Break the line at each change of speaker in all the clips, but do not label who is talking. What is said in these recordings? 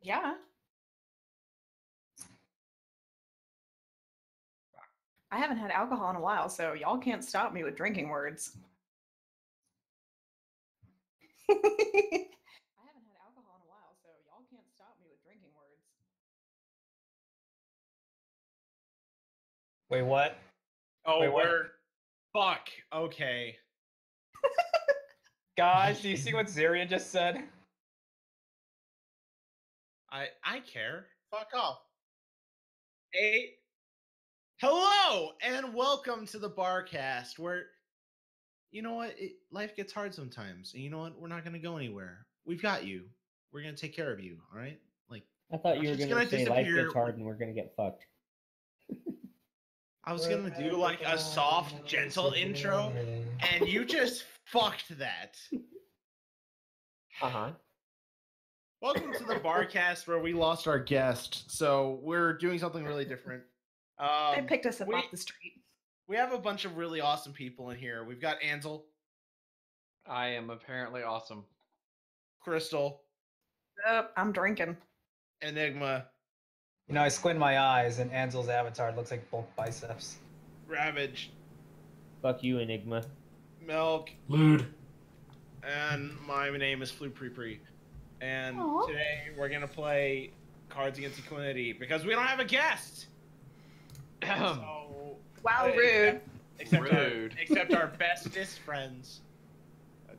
Yeah. I haven't had alcohol in a while, so y'all can't stop me with drinking words. I haven't had alcohol in a while, so y'all can't stop me with drinking words.
Wait, what?
Oh,
Wait, what?
we're fuck. Okay.
Guys, do you see what Zarian just said?
I I care. Fuck off. Hey. Hello and welcome to the Barcast where you know what it, life gets hard sometimes and you know what we're not going to go anywhere. We've got you. We're going to take care of you, all right? Like
I thought
I'm
you were
just
gonna,
gonna
say life
disappear.
gets hard and we're gonna get fucked.
I was going to do like a soft gentle intro and you just fucked that.
Uh
Uh-huh.
huh.
Welcome to the Barcast where we lost our guest. So we're doing something really different. Um,
they picked us up
we-
off the street.
We have a bunch of really awesome people in here. We've got Ansel,
I am apparently awesome.
Crystal,
Uh, I'm drinking.
Enigma,
You know, I squint my eyes and Ansel's avatar looks like bulk biceps.
Ravage,
Fuck you, Enigma.
Milk,
Lewd.
and my name is Flu Pre Pre. And
Aw.
today we're gonna play Cards Against Equality because we don't have a guest.
Um.
So,
Wow,
Hey,
rude.
except our,
Rude.
except our bestest friends.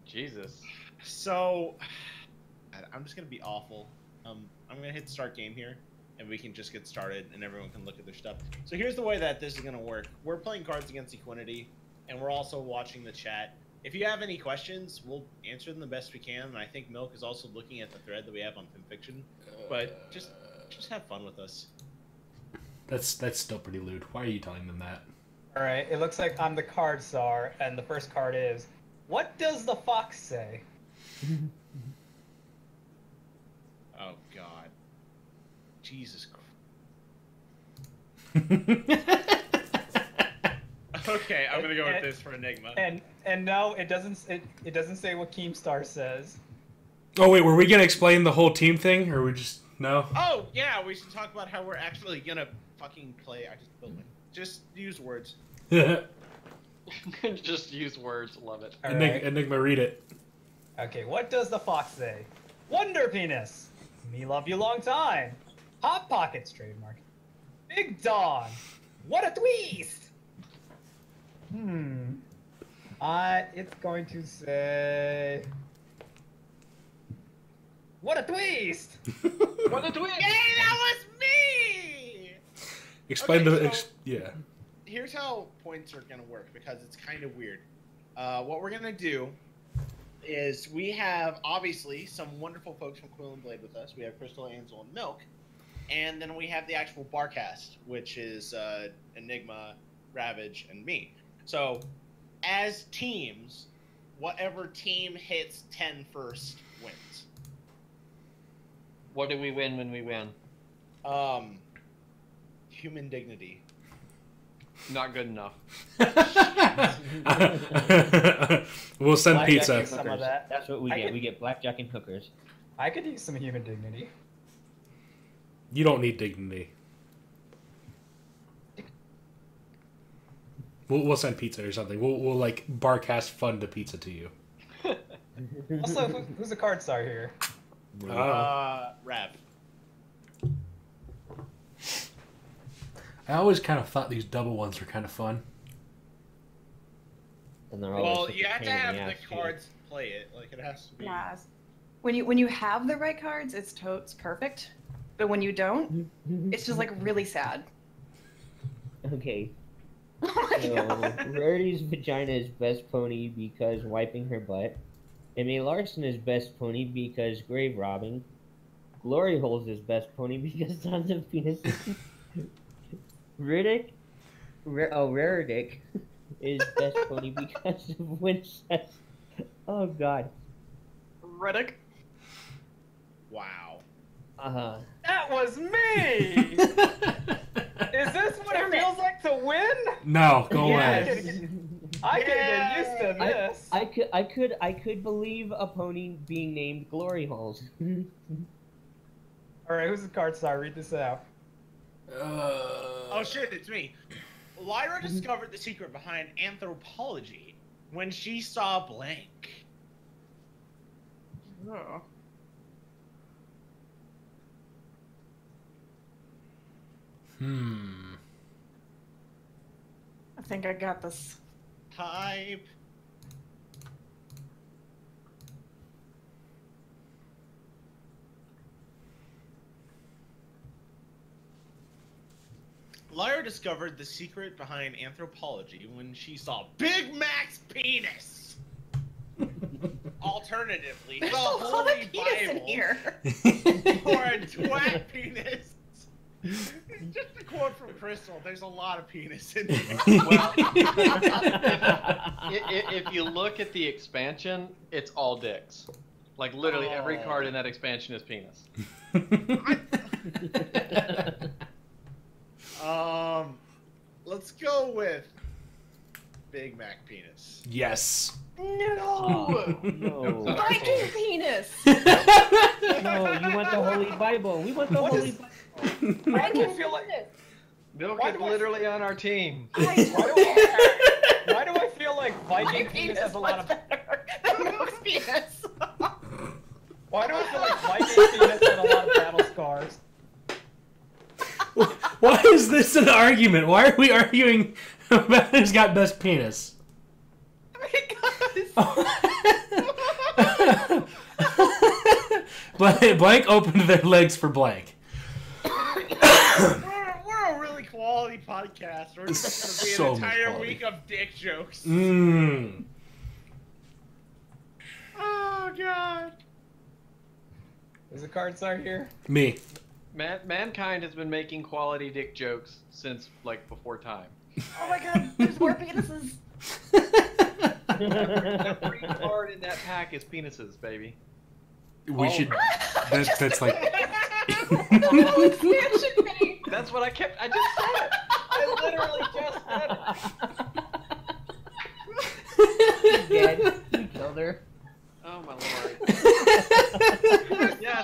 Jesus.
So, God, I'm just gonna be awful. Um, I'm gonna hit start game here, and we can just get started, and everyone can look at their stuff. So here's the way that this is gonna work. We're playing Cards Against Equinity, and we're also watching the chat. If you have any questions, we'll answer them the best we can. And I think Milk is also looking at the thread that we have on FinFiction. But just, just have fun with us.
That's that's still pretty lewd. Why are you telling them that?
All right, it looks like I'm the card czar, and the first card is, "What does the fox say?"
Oh God, Jesus. Christ. Okay, I'm gonna go with this for Enigma.
And and no, it doesn't. s- It, it doesn't say what Keemstar says.
oh wait, were we gonna explain the whole team thing, or we just no?
Oh yeah, we should talk about how we're actually gonna fucking play. I just built my. Just use words.
Enig-
Just use words. Love it.
All right.
Enigma, read it.
Okay, what does the fox say? Wonder penis. Me love you long time. Hot pockets trademark. Big dog. What a twist. Hmm. Uh, it's going to say. What a twist.
What a twist!
Hey, that was me.
Explain
Okay,
the
so-
ex- yeah.
Here's how points are gonna work because it's kind of weird. Uh, what we're gonna do is we have obviously some wonderful folks from Quill and Blade with us. We have Crystal, Ansel, and Milk, and then we have the actual barcast, which is uh, Enigma, Ravage, and me. So, as teams, whatever team hits 10 first wins.
What do we win when we win?
Um, human dignity.
Not good enough.
we'll send
Blackjack
pizza.
is Some of that.
That's what we
I
get.
could-
We get blackjack and hookers.
I could use some human dignity.
You don't need dignity. We'll, we'll send pizza or something. We'll, we'll like barcast fun to pizza to you.
Also, who, who's a card star here?
Uh,
Uh, Rav.
I always kind of thought these double ones were kind of fun.
And they're always
Well,
Oh, such a
you have to
pain in
have
the
the
ass, too.
cards play it. Like it has to be.
Yes. When you when you have the right cards, it's totes perfect. But when you don't, it's just like really sad.
Okay,
Oh my
so
god.
Rarity's vagina is best pony because wiping her butt. Emmy Larson is best pony because grave robbing. Glory Holes is best pony because tons of penises. Riddick, Ra- oh Raridick, is best pony because of Winchester. Oh God.
Riddick.
Wow.
Uh huh.
That was me. Is this what it feels like to win?
no, go away.
Yes. I could have been used to
I-
this.
I could, I could, I could believe a pony being named Glory Holes.
All right, who's the card star? Read this out.
Uh,
Oh shit, it's me. Lyra discovered the secret behind anthropology when she saw blank.
Oh.
Hmm.
I think I got this.
Type. Lyra discovered the secret behind anthropology when she saw Big Mac's penis. Alternatively, the
There's a lot
Holy
of penis in
Bible
here.
or a twat penis. Just a quote from Crystal. There's a lot of penis in there.
I- i- if you look at the expansion, it's all dicks. Like literally every
Oh.
card in that expansion is penis.
Um, let's go with Big Mac penis.
yes. Oh,
No.
no.
Viking penis.
No, you want the Holy Bible. We want the
What
Holy
is-
Bible.
Why do I
Viking
feel like
penis.
Milk
Why
is
do I-
literally on our team.
I
Why
just
do I, why do I feel like Viking
my
penis
penis
has a lot of
better than Milk's penis.
Why do I feel like Viking penis had a lot of battle scars?
Why is this an argument? Why are we arguing about who's got best penis?
because
blank, blank opened their legs for blank.
We're, we're a really quality podcast. We're just gonna be
So
an
much
entire
quality.
week of dick jokes.
Mmm.
Oh god.
Is the card star here?
Me.
Man- mankind has been making quality dick jokes since like before time.
oh my god, there's more penises.
Every card in that pack is penises, baby.
we should. That's that's like.
the whole expansion thing.
That's what I kept. I just said it. I literally just said it.
Dead. You killed her.
Oh my lord. Yes.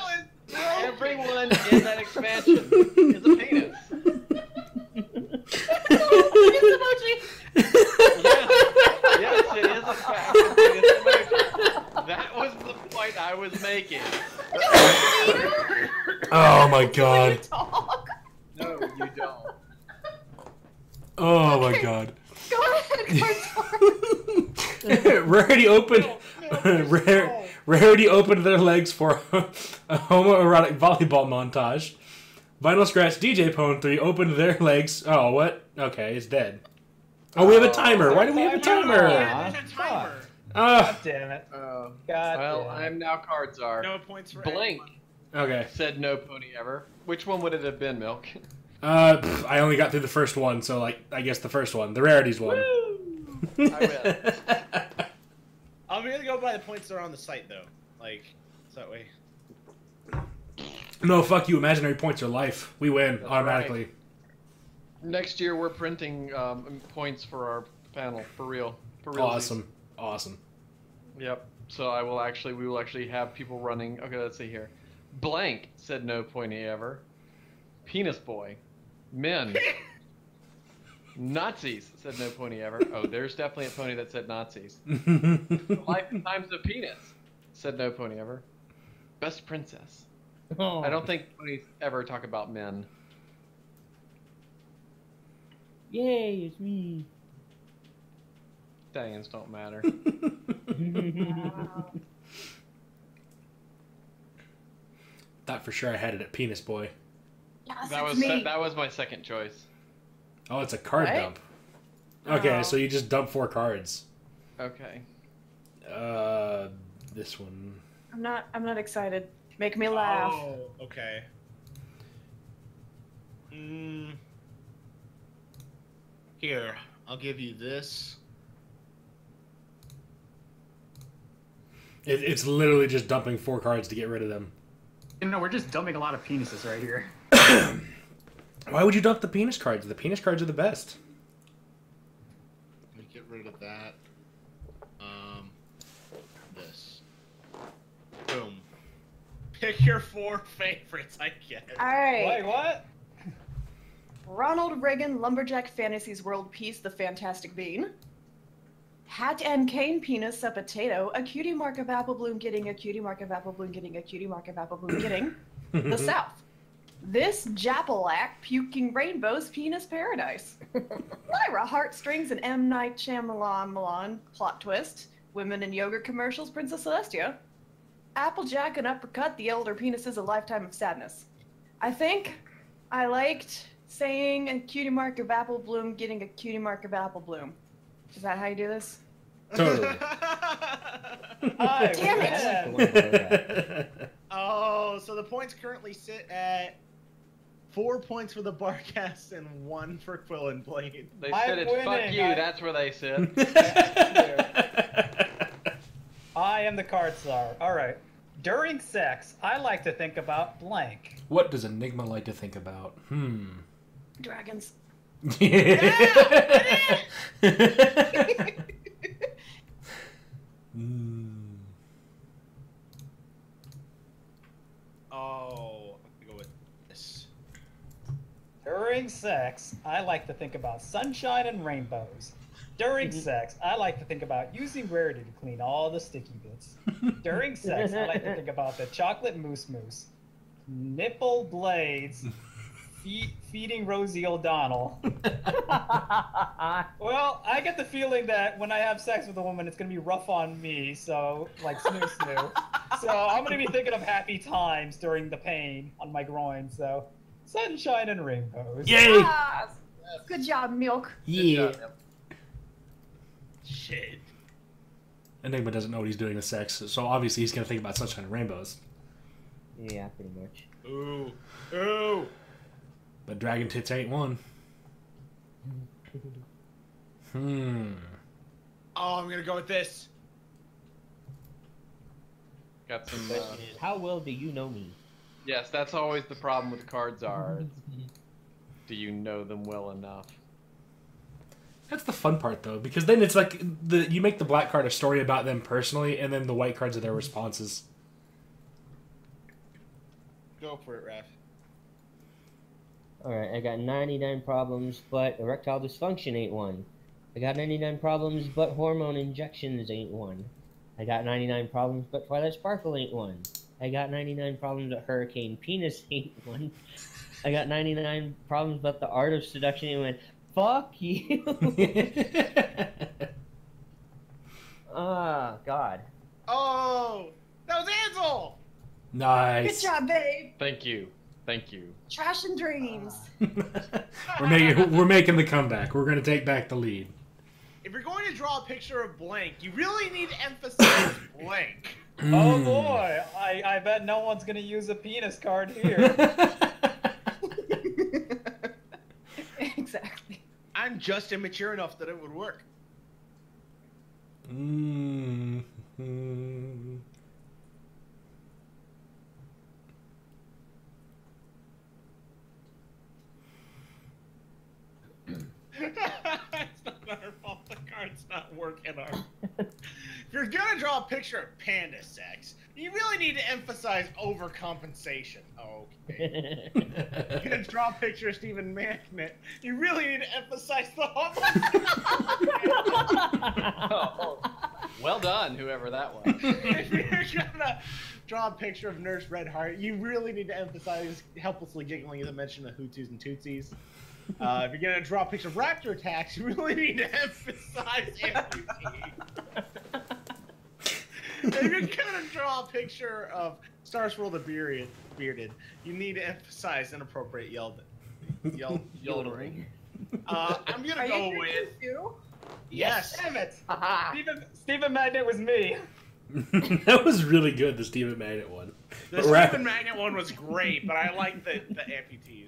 Everyone in that expansion is a penis.
Penis
Yes, it is a fact. It is a fact. That was the point I was making.
Oh my god.
emoji. Dog.
No, you don't.
Oh my god.
Go ahead, card star.
Rarity opened. Rare, Rarity opened their legs for a homoerotic volleyball montage. Vinyl Scratch DJ Pwn 3 opened their legs. Oh, what? Okay, it's dead. Oh, we have a timer. Why do we have a timer?
Yeah, there's a timer.
Ah,
God damn it.
Uh,
God
Um, Well,
damn it.
I'm now card czar.
no points for
Blank
anyone.
okay.
said no pony ever. Which one would it have been, Milk?
Uh, pff, I only got through the first one, so like, I guess the first one, the rarities one.
I'm gonna go by the points that are on the site though. Like, so that way.
no, fuck you. Imaginary points are life. We win
That's
automatically.
Next year we're printing um, points for our panel for real. For real.
Awesome, awesome.
Yep. So I will actually, we will actually have people running. Okay, let's see here. Blank said no pointy ever. Penis boy. Men. Nazis said no pony ever. Oh, there's definitely a pony that said Nazis. Life and Times of Penis said no pony ever. Best princess.
Oh.
I don't think ponies ever talk about men.
Yay, it's me.
Diane's don't matter.
Thought for sure I had it at Penis Boy.
Yes,
That
it's
was
me.
that was my second choice.
Oh, it's a card
What?
dump. Okay,
Oh.
so you just dump four cards.
Okay.
Uh, this one.
I'm not. I'm not excited. Make me laugh.
Oh, okay. Mm. Here, I'll give you this.
It, it's literally just dumping four cards to get rid of them.
You know, we're just dumping a lot of penises right here.
Why would you dump the penis cards? The penis cards are the best.
Let me get rid of that. Um, this. Boom. Pick your four favorites, I guess.
All right.
Wait, what?
Ronald Reagan Lumberjack Fantasies World Peace The Fantastic Bean. Hat and cane penis a potato. A cutie mark of apple bloom getting a cutie mark of apple bloom getting a cutie mark of apple bloom getting. the
Mm-hmm.
South. This Japalack puking rainbows penis paradise. Lyra heartstrings and M Night Shyamalan Milan plot twist. Women in yogurt commercials Princess Celestia. Applejack and uppercut the elder penises a lifetime of sadness. I think I liked saying a cutie mark of apple bloom getting a cutie mark of apple bloom. Is that how you do this?
Totally.
I
Damn it.
win.
oh, so the points currently sit at four points for the Barcast and one for Quill and Blade.
They
I'm
said it's fuck
winning,
you.
I-
That's where they sit.
I am the card czar. All right. During sex, I like to think about blank.
what does Enigma like to think about? Hmm.
Dragons.
Hmm.
Oh, I'm gonna go with this.
During sex, I like to think about sunshine and rainbows. During sex, I like to think about using rarity to clean all the sticky bits. During sex, I like to think about the chocolate mousse mousse, nipple blades, feet feeding Rosie O'Donnell. Well, I get the feeling that when I have sex with a woman, it's gonna be rough on me. So, like, snoo snoo. so I'm gonna be thinking of happy times during the pain on my groin. So, sunshine and rainbows.
Yay!
Ah, good job, Milk.
Yeah.
Shit.
Enigma doesn't know what he's doing with sex, so obviously he's gonna think about sunshine and rainbows.
Yeah, pretty much.
Ooh. Ooh.
But dragon tits ain't one. Hmm.
Oh, I'm gonna go with this.
Got some. Uh,
Question is, how well do you know me?
yes, that's always the problem with cards are. Do you know them well enough?
That's the fun part though, because then it's like the you make the black card a story about them personally, and then the white cards are their responses.
Go for it, Raph.
All right, I got 99 problems, but erectile dysfunction ain't one. I got 99 problems, but hormone injections ain't one. I got 99 problems, but Twilight Sparkle ain't one. I got 99 problems, but Hurricane Penis ain't one. I got 99 problems, but the art of seduction ain't one. Fuck you! Ah, God.
Oh, that was Ansel.
Good
nice.
job, babe.
Thank you. Thank you.
Trash and dreams.
we're making we're making the comeback. We're gonna take back the lead.
If you're going to draw a picture of blank, you really need to emphasize blank.
Oh
Hmm.
boy, I, I bet no one's gonna use a penis card here.
exactly.
I'm just immature enough that it would work.
Mm. Hmm.
it's not our fault. The card's not working. Our. if you're gonna draw a picture of panda sex, you really need to emphasize overcompensation. Okay. If you're gonna draw a picture of Stephen Magnet, you really need to emphasize the
Well done, whoever that was.
if you're gonna draw a picture of Nurse Redheart, you really need to emphasize helplessly giggling at the mention of Hutus and Tutsis. Uh, if you're gonna draw a picture of raptor attacks, you really need to emphasize amputee. if you're gonna draw a picture of Star Swirl the Bearded, bearded you need to emphasize inappropriate yelping. Yel-
Yodeling.
uh, I'm gonna
Are
go
you
with
drinking too?
yes.
Damn it! Stephen, Stephen Magnet was me.
that was really good, the Steven Magnet one.
The
But Ra-
Stephen Magnet one was great, but I like the, the amputees.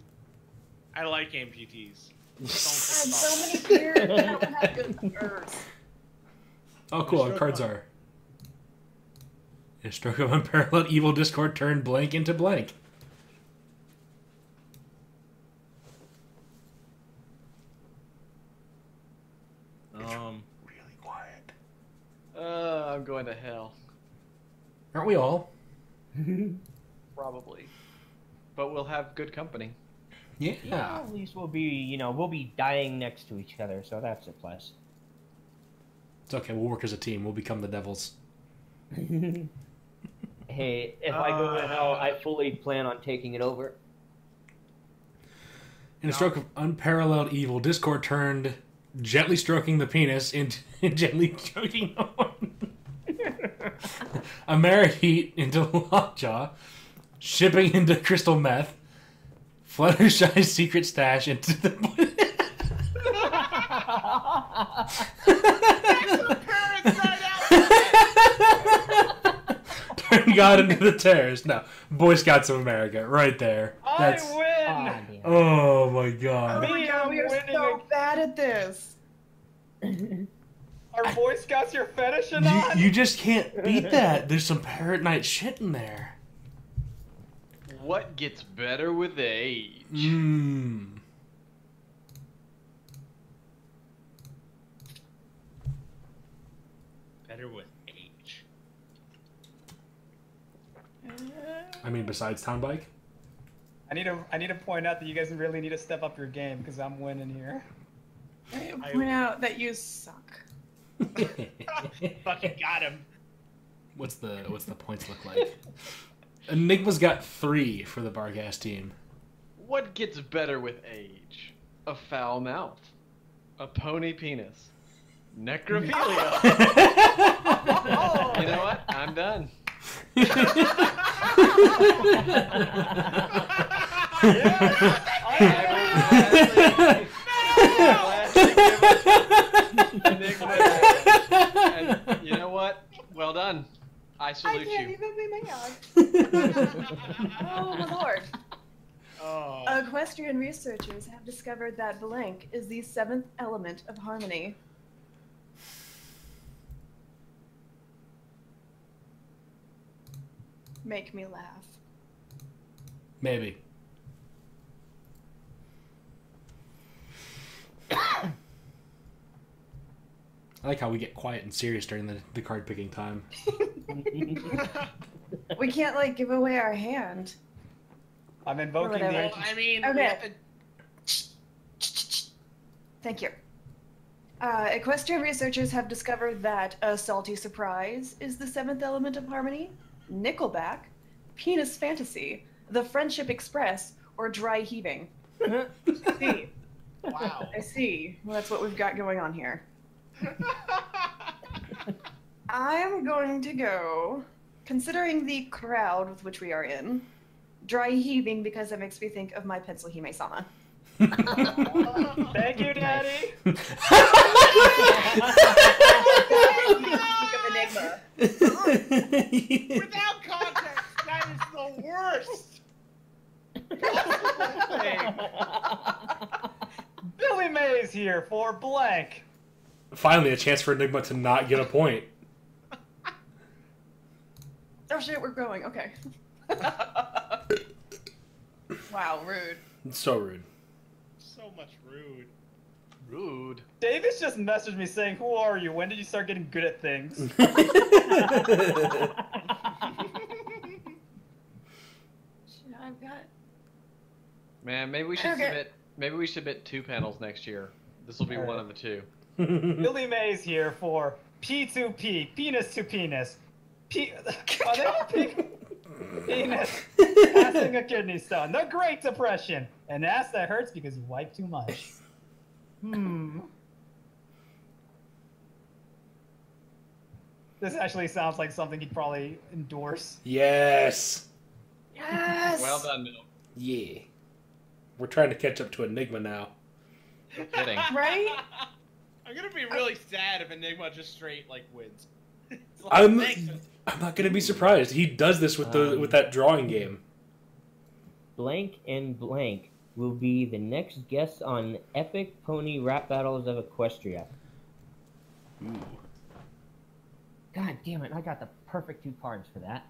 I like amputees.
I had so many beers. I don't have good nerves.
Oh, cool. Our cards are. A stroke of unparalleled evil discord turned blank into blank.
Um,
Really quiet.
Uh, I'm going to hell.
Aren't we all?
probably. But we'll have good company.
Yeah.
Yeah, at least we'll be, you know, we'll be dying next to each other, so that's a plus.
It's okay. We'll work as a team. We'll become the devils.
hey, if I go to hell, I fully plan on taking it over.
In a stroke of unparalleled evil, Discord turned gently stroking the penis into gently choking on a married heat into lockjaw, shipping into crystal meth, Fluttershy's secret stash into the. Turn God into the terrorist. No, Boy Scouts of America, right there. That's.
I win.
Aw, damn.
Oh my God.
Me, I'm
we are
winning
so
it.
bad at this.
Are Boy Scouts your fetish or
You,
not?
you just can't beat that. There's some Parrot Knight shit in there.
What gets better with age?
Mmm.
Better with age.
I mean, besides Town Bike.
I need to I need to point out that you guys really need to step up your game because I'm winning here.
I point out that you suck.
Fucking got him.
what's the what's the points look like? Enigma's got three for the Bargas team.
What gets better with age? A foul mouth, a pony penis, necrophilia. you know what? I'm done. I And you know what? Well done. I
I
salute
can't
you.
even be my own.
Oh,
Oh, lord.
Oh.
Equestrian researchers have discovered that blank is the seventh element of harmony. Make me laugh.
Maybe. I like how we get quiet and serious during the, the card picking time.
We can't like give away our hand.
I'm invoking the
Whatever.
well,
ancient.
I mean,
Okay.
we have to-
Thank you. Uh, equestrian researchers have discovered that a salty surprise is the seventh element of harmony, Nickelback, penis fantasy, the friendship express, or dry heaving. I see.
wow.
I see. Well, that's what we've got going on here. I'm going to go, considering the crowd with which we are in, dry heaving because that makes me think of my pencil hime sama.
Thank you, Daddy.
Without context, that is the worst.
Billy Mays here for blank.
Finally, a chance for Enigma to not get a point.
Oh shit, we're growing. Okay. wow, rude.
It's so rude.
So much rude.
Rude.
Davis just messaged me saying, "Who are you? When did you start getting good at things?"
Shit, I've got.
Man, maybe we should
Okay.
submit. Maybe we should submit two panels next year. This will be
Alright.
one of the two.
Billy Mays here for P2P, penis to penis. P- are they all pe- penis? Passing a kidney stone, the Great Depression, an ass that hurts because you wipe too much. Hmm. This actually sounds like something he'd probably endorse.
yes.
Yes.
Well done, Mill.
Yeah. We're trying to catch up to Enigma now.
No kidding.
Right?
I'm gonna be really sad if Enigma just straight like wins. It's like,
I'm
thanks.
I'm not gonna be surprised. He does this with the
Um,
with that drawing game.
blank and blank will be the next guest on Epic Pony Rap Battles of Equestria. God damn it, I got the perfect two cards for that.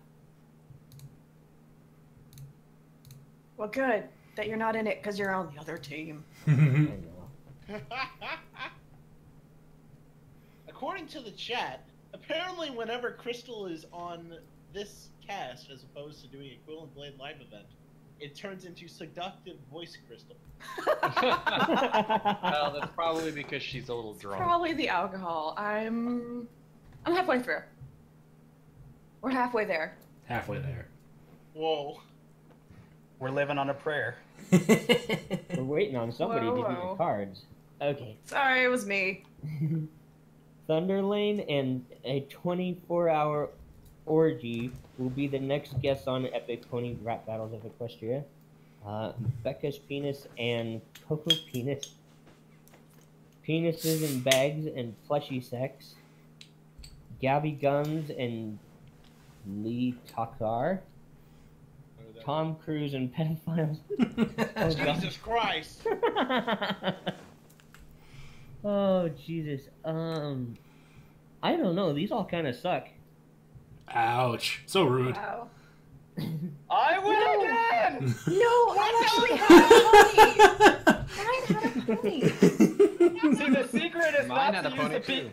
Well, good that you're not in it because you're on the other team.
I know.
According to the chat, apparently whenever Crystal is on this cast, as opposed to doing a Quill and Blade live event, it turns into seductive voice crystal.
well, that's probably because she's a little drunk.
Probably the alcohol. I'm I'm halfway through. We're halfway there.
Halfway there.
Whoa.
We're living on a prayer.
We're waiting on somebody
Whoa,
to do
whoa.
the cards. Okay.
Sorry, it was me.
Thunderlane and a 24 hour orgy will be the next guest on Epic Pony Rap Battles of Equestria. Uh, Becca's penis and Coco penis. Penises in bags and fleshy sex. Gabby Guns and Lee Takar. Tom Cruise and pedophiles. Oh, God.
Jesus Christ!
oh Jesus. Um, I don't know. These all kind of suck.
Ouch. So rude.
Wow.
I
No.
win again!
No, I actually had a pony. I had a pony.
See, the secret is not
Mine had
to
a
use
pony
the
too.
pe-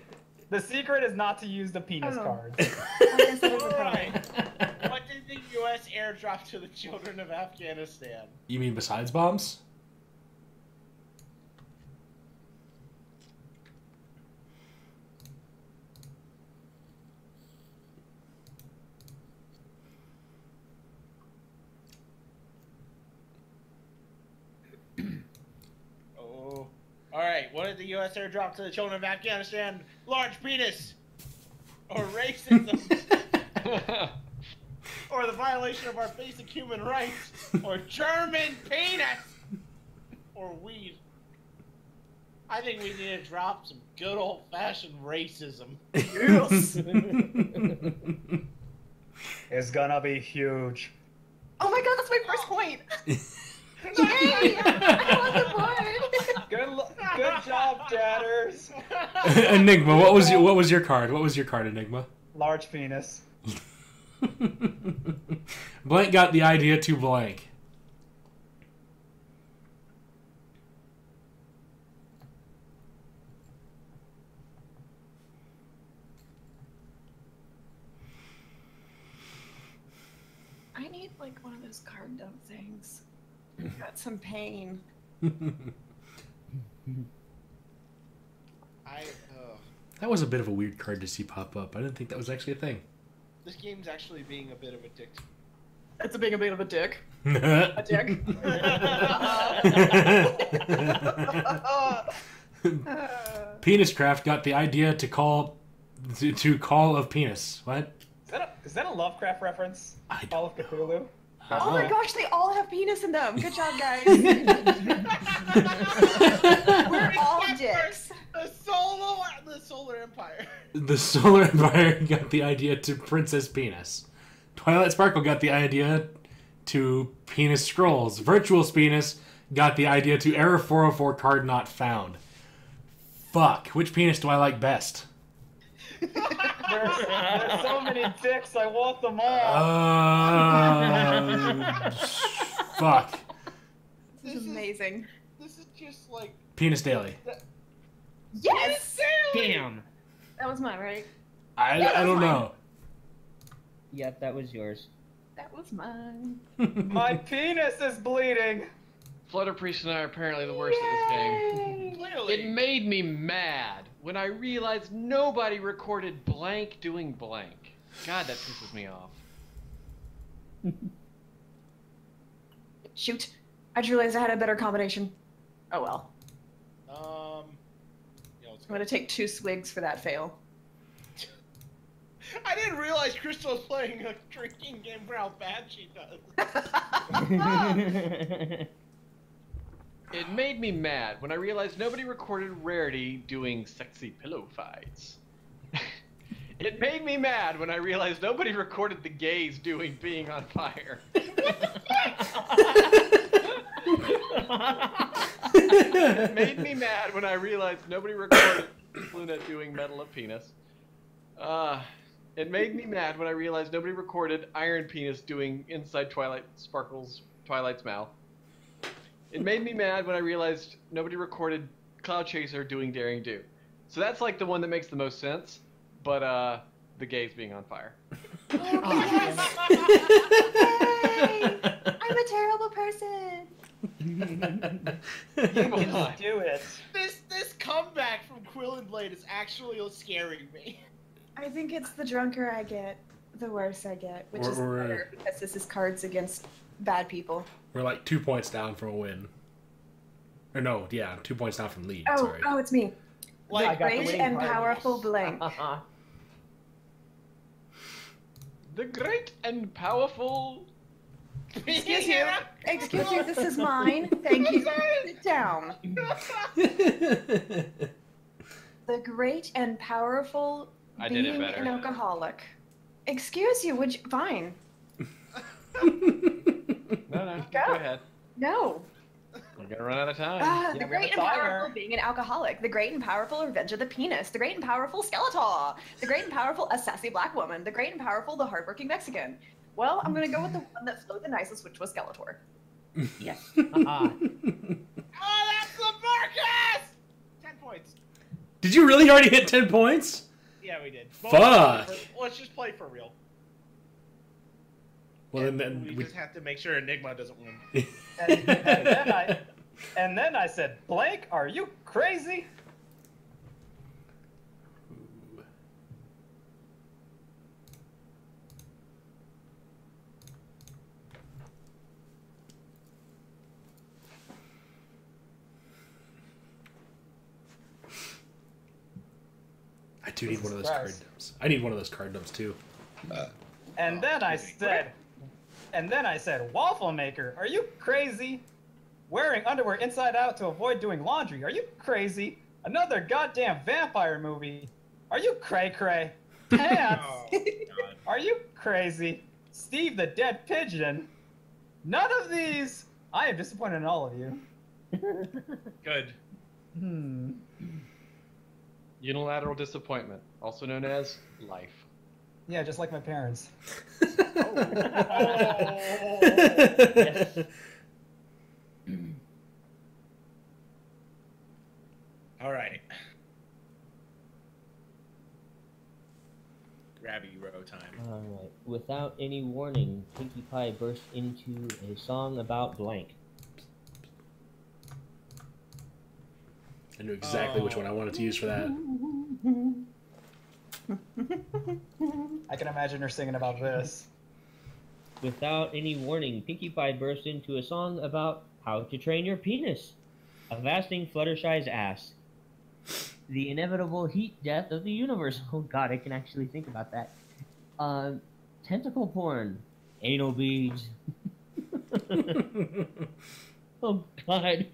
The secret is not to use the penis
Oh.
cards.
I guess that is a pony.
Alright. What did the U.S. airdrop to the children of Afghanistan?
you mean besides bombs?
Oh. Alright, what did the U.S. airdrop to the children of Afghanistan? Large penis! Or racism! or the violation of our basic human rights! Or German penis! Or weed. I think we need to drop some good old fashioned racism.
It's gonna be huge.
Oh my god, that's my first point. Yay! I love the board.
Good, l- good job, Jatters.
Enigma, what was your what was your card? What was your card, Enigma?
Large penis.
blank got the idea to blank.
I need like one of those card dump things. I've got some pain.
I, oh.
that was a bit of a weird card to see pop up. I didn't think that was actually a thing.
This game's actually being a bit of a dick.
That's a big a bit of a dick.
a
dick. Uh,
Peniscraft got the idea to call to, to call of penis. What?
Is that a, is that a Lovecraft reference?
I
Call of Cthulhu?
oh my gosh, they all have penis in them. Good job, guys. We're all dicks.
The solar, the solar empire.
The Solar Empire got the idea to Princess Penis. Twilight Sparkle got the idea to Penis Scrolls. Virtual Penis got the idea to Error 404 card not found. Fuck. Which penis do I like best?
There's, there's so many dicks, I want them all.
Uh, fuck.
This is
is-
amazing.
This is just like
Penis Daily.
Yes!
Damn.
That was mine, right?
I, I don't know.
Yep, that was yours.
That was mine.
My penis is bleeding.
Flutter Priest and I are apparently the worst at this game. It
clearly.
made me mad when I realized nobody recorded blank doing blank. God, that pisses me off.
Shoot. I just realized I had a better combination. Oh well.
Um. yeah, let's
I'm
go.
gonna take two swigs for that fail.
I didn't realize Crystal was playing a drinking game for how bad she does.
Oh,
It made me mad when I realized nobody recorded Rarity doing sexy pillow fights. it made me mad when I realized nobody recorded the gays doing being on fire. it made me mad when I realized nobody recorded Luna doing Metal of Penis. Uh, it made me mad when I realized nobody recorded Iron Penis doing Inside Twilight Sparkles Twilight's Mouth. It made me mad when I realized nobody recorded Cloud Chaser doing Daring Do. So that's like the one that makes the most sense, but uh, the gays being on fire.
Oh, yes. Yay! I'm a terrible person.
You just do it.
This this comeback from Quill and Blade is actually scaring me.
I think it's the drunker I get, the worse I get, which
Or-
is
or, uh,
better because this is cards against bad people.
We're like two points down from a win. Or no, yeah, two points down from lead.
Oh,
sorry.
oh, it's me.
Like
the great and powerful blank.
The great and powerful.
Excuse you. Excuse you. This is mine. Thank you. Sit down.
Oh,
The great and powerful
I did
being
it better.
an alcoholic. Excuse you. Would you? Fine.
No, no,
Go.
go ahead.
No.
We're gonna run out of time.
Ah,
Yeah,
the
we
great
have
and
a timer.
powerful being an alcoholic. The great and powerful revenge of the penis. The great and powerful Skeletor. The great and powerful a sassy black woman. The great and powerful the hardworking Mexican. Well, I'm gonna go with the one that flowed the nicest, which was Skeletor.
yes.
Oh, that's the Marcus. Ten points.
Did you really already hit 10 points?
Yeah, we did.
Fuck.
Let's just play for real.
Well, then,
And
then
we,
we.
just have to make sure Enigma doesn't win.
And, and then I, and then I said, Blake, are you crazy?
I do need one of those card
Christ.
dumps. I need one of those card dumps too.
And
Oh,
then I
excuse me.
said, and then I said, waffle maker, are you crazy? Wearing underwear inside out to avoid doing laundry, are you crazy? Another goddamn vampire movie, are you cray cray? Pants,
Oh, God.
are you crazy? Steve the dead pigeon. None of these. I am disappointed in all of you.
Good.
Hmm.
Unilateral disappointment, also known as life.
Yeah, just like my parents.
Oh.
All right. Rabby row time.
Alright. Without any warning, Pinkie Pie burst into a song about blank.
I knew exactly which one I wanted to use for that.
I can imagine her singing about this.
Without any warning, Pinkie Pie burst into a song about how to train your penis. A fasting Fluttershy's ass. The inevitable heat death of the universe. Oh god, I can actually think about that. Um, tentacle porn. Anal beads. oh god.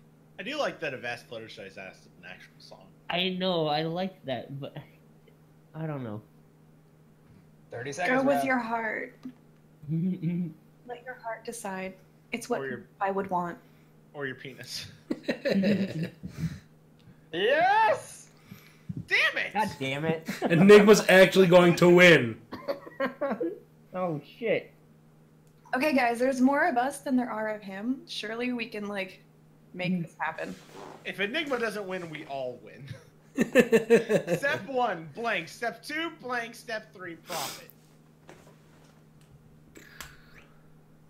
I do like that Avast Fluttershy's ass is an actual song.
I know, I like that, but I don't know.
30 seconds.
Go with
Rob.
your heart.
Pinkie
Let your heart decide. It's what
Or your-
I would want.
Or your penis.
Yes!
Damn it!
God damn it.
Enigma's actually going to win.
oh shit.
Okay, guys, there's more of us than there are of him. Surely we can like make this happen.
If Enigma doesn't win, we all win. step one, blank. Step two, blank. Step three, profit.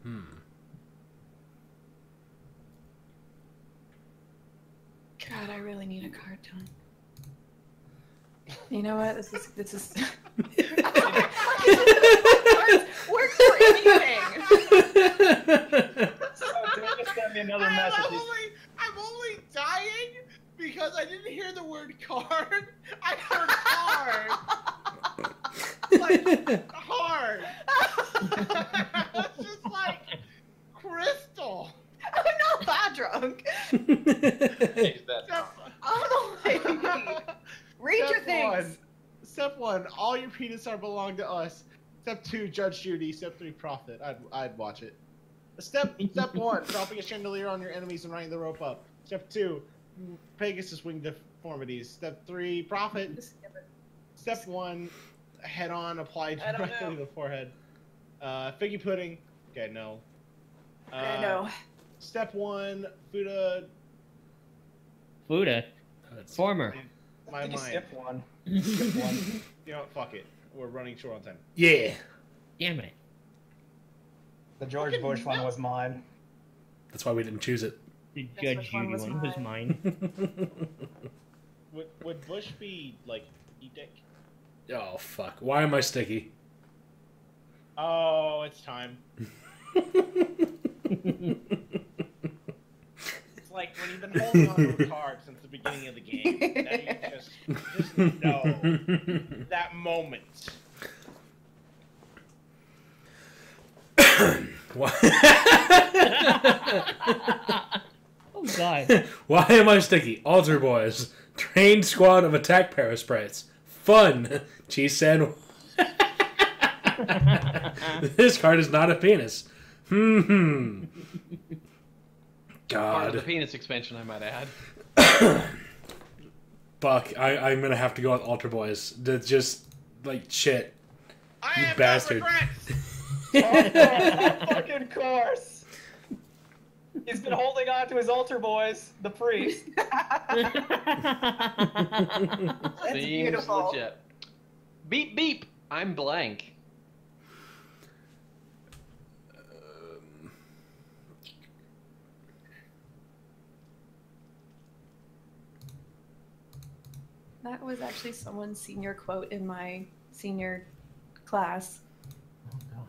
Hmm.
God, I really need a card tone. You know what? This is this is works for anything.
So Dan just sent me another
I'm
message. He's-
only, I'm only dying because I didn't hear the word card. I heard hard. like, hard. it's just like crystal.
I'm not that drunk.
Use that
Step,
Oh my Read your
step
things.
one. Step one, all your penis are belong to us. Step two, Judge Judy. Step three, profit. I'd, I'd watch it. Step step one, dropping a chandelier on your enemies and running the rope up. Step two, Pegasus wing deformities. Step three, profit. Step one, head on applied
I don't
directly
know.
to the forehead. Uh, figgy pudding. Okay, no. Uh,
I know.
Step one, Buddha.
Buddha. Former.
I
My
think you
mind.
skipped one.
Pinkie
Skip one.
You know, what, fuck it. We're running short on time.
yeah.
Damn it.
The George
Fucking
Bush one
no.
was mine.
That's why we didn't choose it.
The
Guess
Judge
which one
Judy
was
one was mine.
Would, would Bush be like e dick?
oh fuck! Why am I sticky?
Oh, it's time. It's like when you've been holding on to a card since the beginning of the game. Now you just, just know that moment.
Why?
oh god.
Why am I sticky? Altar boys, trained squad of attack parasprites. Fun, she said. this card is not a penis. Hmm.
Part of the
God,
penis expansion, I might add.
Buck, I, I'm gonna have to go with altar boys. That's just like shit.
I
You
have
bastard.
no regrets.
Fucking course. He's been holding on to his altar boys, the priest.
Oh, That's
Seems
beautiful.
legit. Beep beep. I'm blank.
That was actually someone's senior quote in my senior class.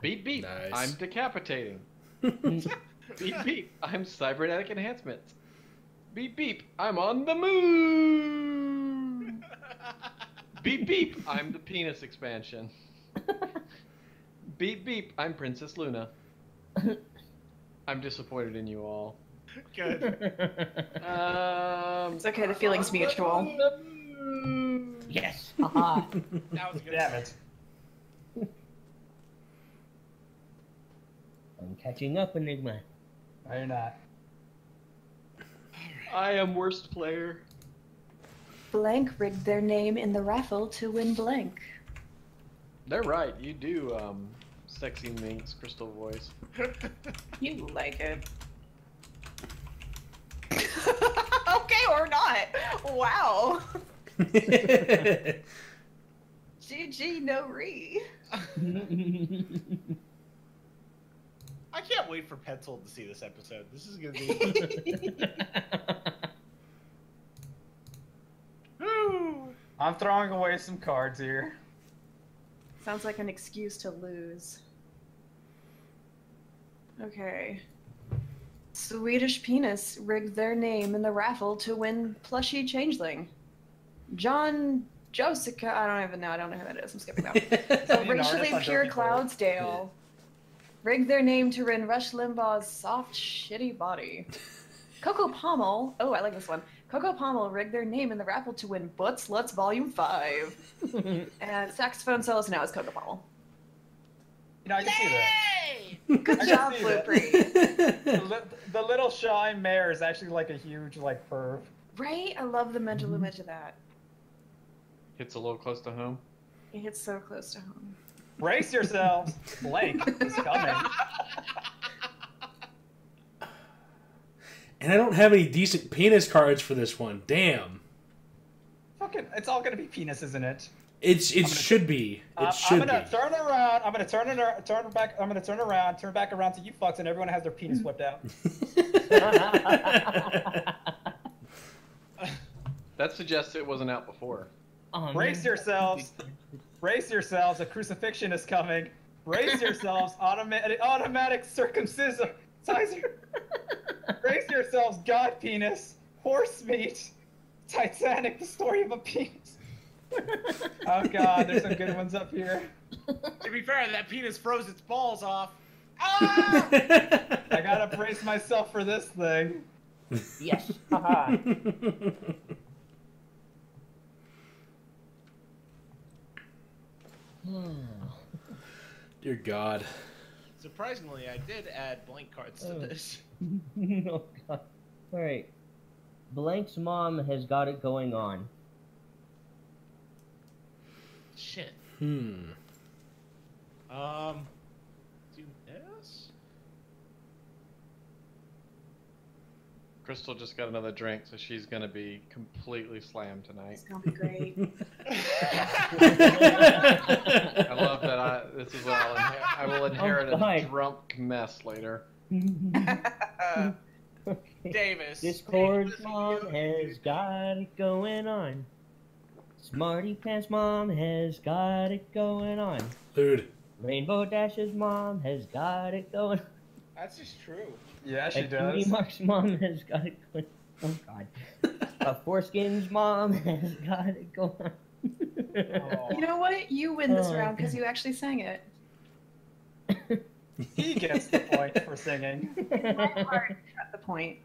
Beep beep.
Nice.
I'm decapitating. beep beep. I'm cybernetic enhancements. Beep beep. I'm on the moon. beep beep. I'm the penis expansion. beep beep. I'm Princess Luna. I'm disappointed in you all.
Good.
Um,
It's okay, the feeling's mutual.
yes. Haha.
That was a good.
Damn it.
I'm catching up, Enigma.
No, you're not.
I am worst player.
Blank rigged their name in the raffle to win blank.
They're right. You do um, sexy minx crystal voice.
You like it. okay, or not. Wow. GG, no re.
I can't wait for Petzl to see this episode. This is gonna be.
That's
Woo!
I'm throwing away some cards here.
Sounds like an excuse to lose. Okay. Swedish penis rigged their name in the raffle to win plushie changeling. John Josica, I don't even know. I don't know who that is. I'm skipping that. So
An artist
racially
on
pure
Dirty
Cloudsdale rigged their name to win Rush Limbaugh's soft, shitty body. Coco Pommel, oh, I like this one. Coco Pommel rigged their name in the raffle to win Butts Lutz Volume 5. And saxophone solos now is Coco Pommel.
You know, I can see that.
Good
I can
job,
see that.
Flippery.
The, li- the little shy mare is actually like a huge, like, perv.
Right? I love the mental
Mm-hmm.
image of that.
Hits a little close to home.
It hits so close to home.
Brace yourselves. Blank is coming.
and I don't have any decent penis cards for this one. Damn.
Fucking, it's all gonna be penis, isn't it?
It's it
gonna- Uh,
should be. It
I'm-
should
I'm gonna
be.
turn around. I'm gonna turn it. ar- Turn back. I'm gonna turn around. Turn back around to you fucks, and everyone has their penis whipped
Mm-hmm.
out.
That suggests it wasn't out before.
Um,
Brace yourselves. Brace yourselves. A crucifixion is coming. Brace yourselves. Automatic. Automatic circumcision. sizer. Brace yourselves. God penis. Horse meat. Titanic. The story of a penis. oh god, there's some good ones up here.
to be fair, that penis froze its balls off. Ah!
I gotta brace myself for this thing.
Yes. Haha. Oh,
Dear God.
Surprisingly, I did add blank cards to
Oh.
this.
oh god. Alright. Blank's mom has got it going on.
Shit.
Hmm.
Um, do this.
Crystal just got another drink, so she's gonna be completely slammed tonight.
It's gonna be great.
I love that. I, this is all. Inher- I will inherit a
God.
drunk mess later.
Davis.
This
Davis,
corn's
listen,
mom
you-
has got it going on. Smarty Pants mom has got it going on.
Dude,
Rainbow Dash's mom has got it going on.
That's just true.
Yeah, she
Cutie
does.
Mark's mom has got it going Oh, God. uh, Foreskin's mom has got it going on.
You know what? You win this
Oh.
round because you actually sang it.
He gets the point for singing.
My heart got the point.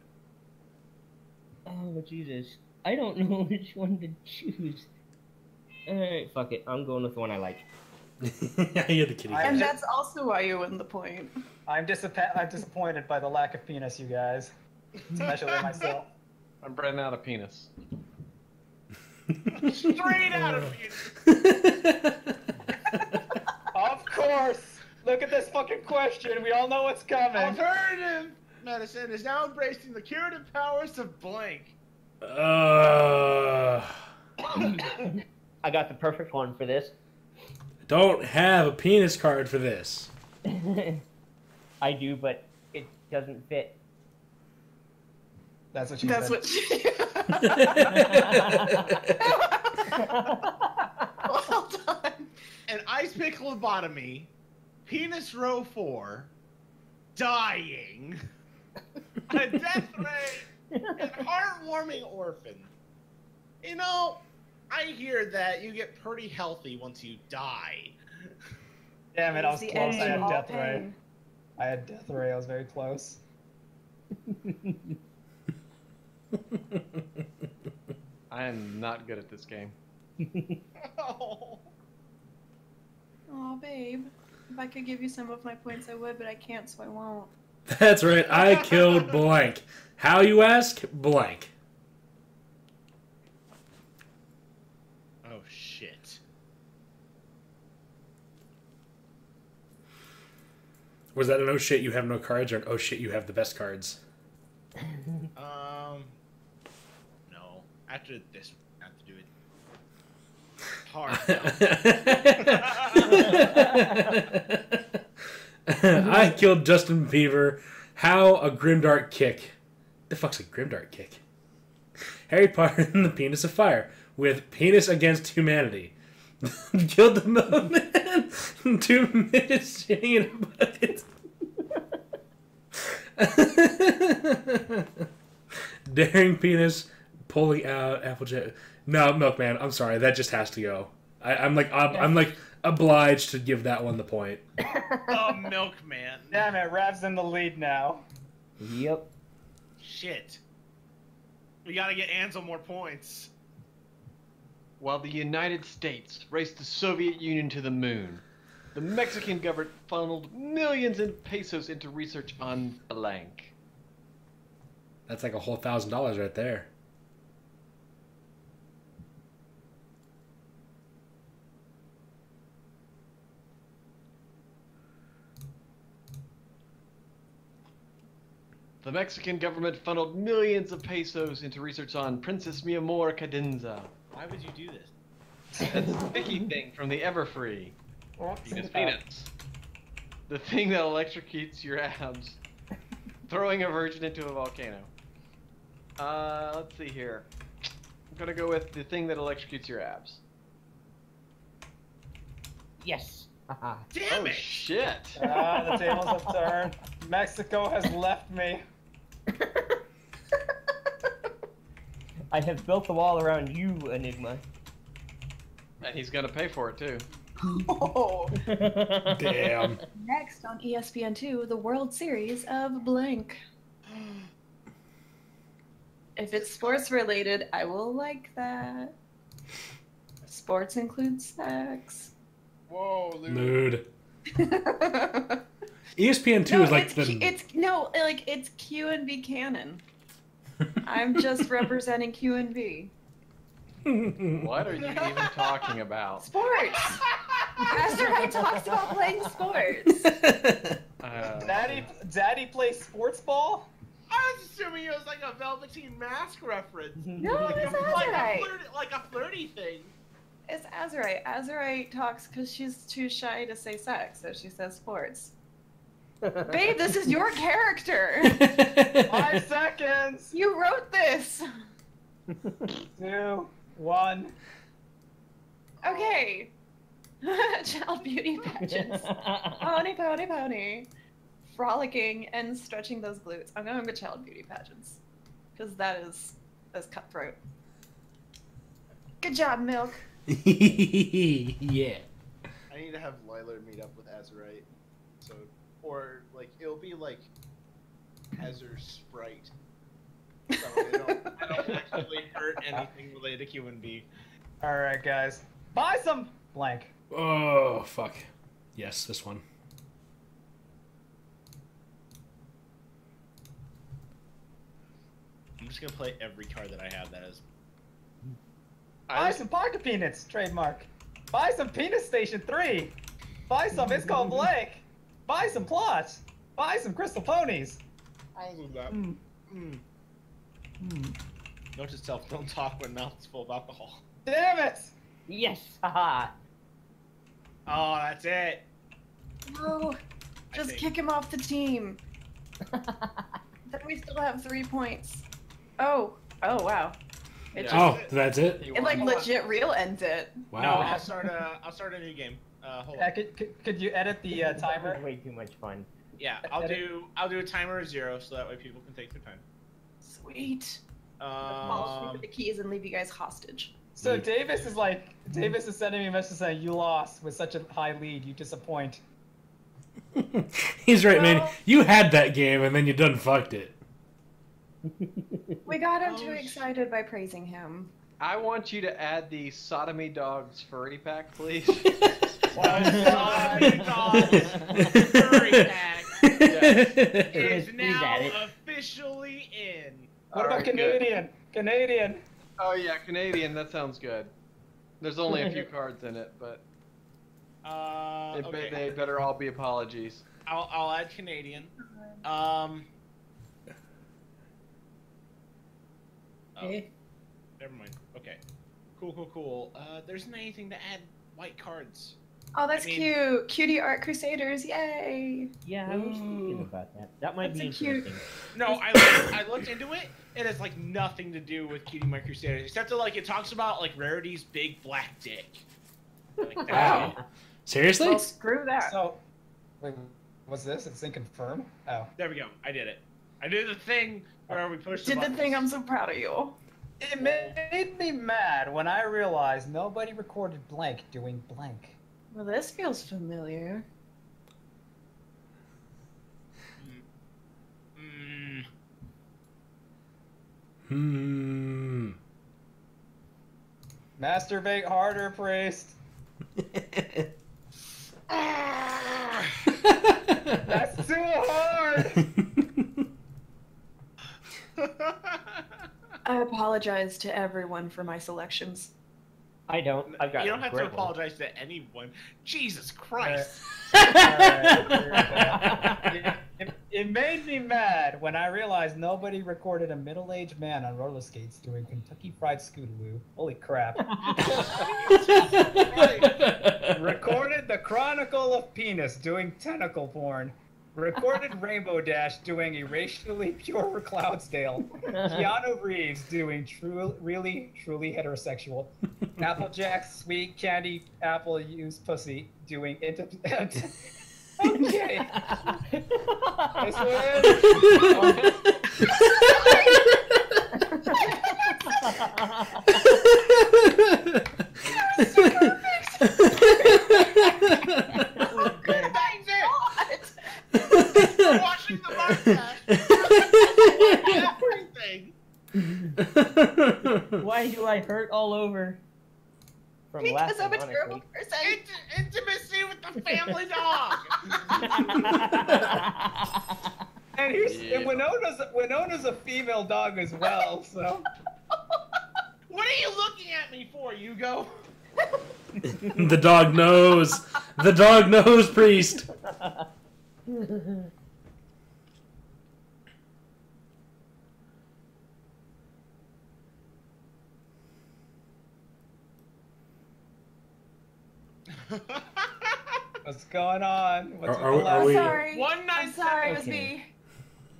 Oh Jesus! I don't know which one to choose. All right, fuck it. I'm going with the one I like.
yeah, you had the kitty.
I-
And that's also why you win the point.
I'm, disapp- I'm disappointed by the lack of penis, you guys, especially myself.
I'm running out of penis.
Straight out of you.
Of course. Look at this fucking question. We all know what's coming.
Alternative medicine is now embracing the curative powers of blank.
uh,
I got the perfect one for this.
don't have a penis card for this.
I do, but it doesn't fit.
That's what she
That's
said.
what. well done.
An ice pick lobotomy, penis row four, dying, a death ray, and heartwarming orphan. You know, I hear that you get pretty healthy once you die.
Damn it, I was
The
close. I
end to
had
all
death ray.
pain.
I had death ray. I was very close.
I am not good at this game.
Oh.
Aw, babe. If I could give you some of my points, I would, but I can't, so I won't.
That's right. I killed blank. How you ask? Blank.
Oh shit.
Was that an oh shit you have no cards or an oh shit you have the best cards?
Um. No. After this, I have to do it. Hard.
I killed Justin Bieber. How a grimdark kick. The fuck's a grimdark kick? Harry Potter and the Penis of Fire with Penis Against Humanity. killed the moment in two minutes shitting in a bucket. Daring penis pulling out Applejack. No, Milkman. I'm sorry. That just has to go. I, I'm like I'm, I'm like obliged to give that one the point.
oh, milkman.
Damn it, Rav's in the lead now.
yep.
Shit. We gotta get Ansel more points.
While the United States raced the Soviet Union to the moon, the Mexican government funneled millions in pesos into research on blank.
That's like a whole thousand dollars right there.
The Mexican government funneled millions of pesos into research on Princess Mi Amor Cadenza,
Why would you do this?
the sticky thing from the Everfree. Penis, penis. The thing that electrocutes your abs. Throwing a virgin into a volcano. Uh, let's see here. I'm gonna go with the thing that electrocutes your abs.
Yes. Haha.
Damn
oh
it!
shit!
Ah, the tables have turned. Mexico has left me.
I have built the wall around you, Enigma.
And he's gonna pay for it too.
Oh.
Damn.
Next on E ESPN2, the World Series of Blank. If it's sports related, I will like that. Sports includes sex.
Whoa, Lou.
Mood. E
no,
ESPN two is like
it's,
the.
Q- it's no, like it's Q and B canon. I'm just representing Q and B.
What are you even talking about?
Sports. Pastor I talks about playing sports.
Uh,
Daddy, Daddy plays sports ball?
I was assuming it was like a velveteen mask reference.
No,
Like
that's
a, like, a
Azurite.
flirt, like a flirty thing.
It's Azurite. Azurite talks because she's too shy to say sex, so she says sports. Babe, this is your character.
Five seconds.
You wrote this.
Two, one.
Okay. Child beauty pageants. pony, pony, pony. Frolicking and stretching those glutes. I'm going with child beauty pageants. Because that is that's cutthroat. Good job, Milk.
yeah.
I need to have Lyler meet up with Azurite. So, or like it'll be like Azur Sprite. So I don't, I don't actually hurt anything related to QNB.
All right, guys. Buy some blank.
Oh fuck. Yes, this one.
I'm just gonna play every card that I have that is.
Buy
I,
some pocket peanuts. Trademark. Buy some penis station three. Buy some. It's called blank. Buy some plots. Buy some crystal ponies.
I'll do that.
Mm,
Mm.
mm.
Note to self: Don't talk when mouth's full of alcohol.
Damn it!
yes, haha.
Oh, that's it.
No.
I
Just
think.
kick him off the team. Then we still have three points. Oh. Oh wow. It
Yeah.
just
Oh, that's it.
You
it like
want-
legit real ends it.
No,
Wow.
I'll start a. I'll start a new game. Uh, hold
Uh,
on.
could, could, could you edit the uh, timer?
Way too much fun.
Yeah, I'll
Edit.
do. I'll do a timer of zero, so that way people can take their time.
Sweet. I'll
Um,
the keys and leave you guys hostage.
So
Mm.
Davis is like, Davis is sending me a message saying, "You lost with such a high lead. You disappoint."
He's right, man.
Well-
You had that game and then you done fucked it.
We got him
Oh,
too
sh-
excited by praising him.
I want you to add the sodomy dogs furry pack, please.
Sodomy Dogs furry pack
Yes,
is
please
now
add it.
officially in.
What about
Alright, good.
Canadian? Canadian.
Oh yeah, Canadian. That sounds good. There's only a few cards in it, but
Uh,
it,
okay.
they better all be apologies.
I'll, I'll add Canadian. Um. Oh,
Eh.
never mind. Okay. Cool, cool, cool. Uh, there isn't anything to add white cards.
Oh, that's
mean-
cute. Cutie art crusaders, yay!
Yeah, I was
Ooh.
thinking about that. That might be
That's a cute-
interesting.
No, I looked, I looked into it. It has like nothing to do with Cutie My Crusaders, except that like it talks about like Rarity's big black dick. Like, that's
Wow.
it.
Seriously?
Well, screw that.
So, wait, what's this? It's in confirm. Oh,
There we go. I did it. I did the thing where we pushed.
Did the
buttons.
thing. I'm so proud of you.
it made me mad when I realized nobody recorded blank doing blank.
Well, this feels familiar.
Mm,
Hmm.
Masturbate harder, priest. That's too hard.
I apologize to everyone for my selections.
I don't. I've got
you don't have to
great one.
apologize to anyone. Jesus Christ.
It, it made me mad when I realized nobody recorded a middle-aged man on roller skates doing Kentucky Fried Scootaloo. Holy crap! Recorded the Chronicle of Penis doing tentacle porn. Recorded Rainbow Dash doing a racially pure Cloudsdale. Keanu Reeves doing true, really, truly heterosexual. Applejack sweet candy apple used pussy doing inter. okay. This one.
Uh,
That's it. Watching the mustache. Everything.
Why do I hurt all over? From
Because
laughing,
I'm a
honestly.
terrible person.
Int- intimacy with the family dog.
And here's
Yeah.
and Winona's Winona's a female dog as well, so
What are you looking at me for, Hugo?
the dog knows. The dog knows, priest.
What's going on? What's
Are-
with
are
the
we- are
laugh?
I'm
we-
sorry.
One
I'm
nine
sorry, it was
Okay.
me.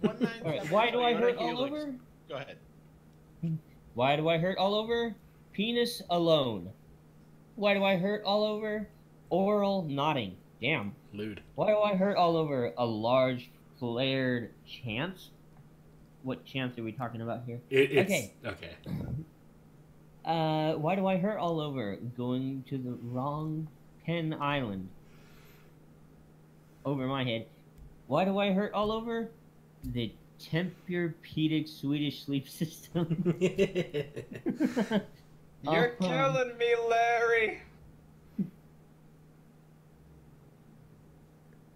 One nine
All right,
seven.
why do
Oh,
I
you wanna
hurt
heal
all
links?
over?
Go ahead.
Why do I hurt all over? Penis alone. Why do I hurt all over? Oral nodding. Damn.
Lewd.
Why do I hurt all over? A large flared chance? What chance are we talking about here?
It, it's okay.
Okay.
okay.
Uh, why do I hurt all over? Going to the wrong pen island. Over my head. Why do I hurt all over? The Tempur-Pedic Swedish sleep system.
You're
Uh-huh.
killing me, Larry.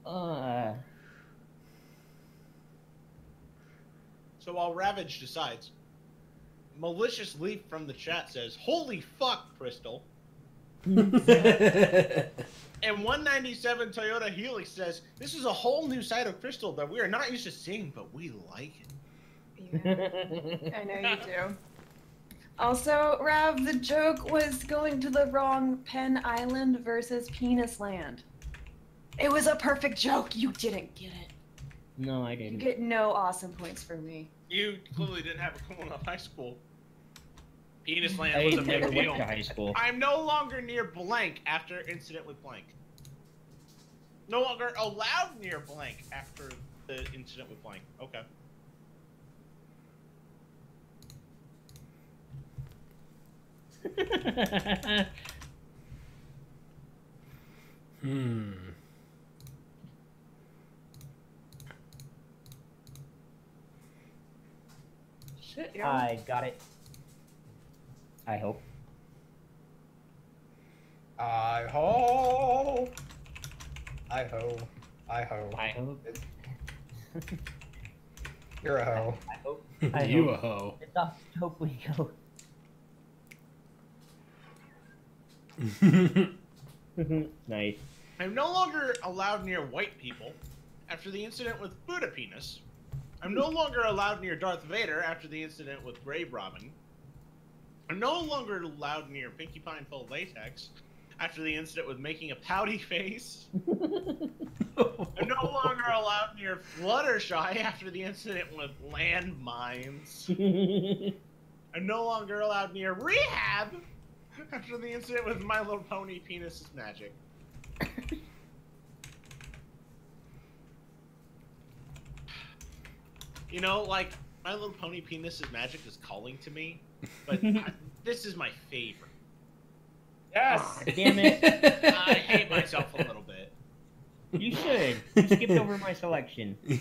uh,
So while Ravage decides, malicious leap from the chat says, "Holy fuck, Crystal!" And 197 Toyota Helix says, "This is a whole new side of Crystal that we are not used to seeing, but we like it."
Yeah, I know you do. Also, Rav, the joke was going to the wrong Pen Island versus Penis Land. It was a perfect joke. You didn't get it.
no, I
You
didn't.
get no awesome points for me.
You clearly didn't have a cool enough high school. Penis
I
Land was a
never
big
went to
deal.
high school.
I'm no longer near blank after incident with blank. No longer allowed near blank after the incident with blank. Okay.
hmm.
Shit, yeah.
I got it. I hope.
I ho. I ho. I ho.
I hope.
You're a ho.
I hope. I
you
hope.
a hoe.
It's off. Hope we go. nice.
I'm no longer allowed near white people after the incident with Buddha Penis. I'm no longer allowed near Darth Vader after the incident with Grave Robin. I'm no longer allowed near Pinkie Pie Full Latex after the incident with making a pouty face. I'm no longer allowed near Fluttershy after the incident with landmines. I'm no longer allowed near rehab after the incident with My Little Pony Penis is Magic. you know, like, My Little Pony Penis is Magic is calling to me, but I, this is my favorite.
Yes.
Damn it!
I hate myself a little bit.
You should. You skipped over my selection. Mine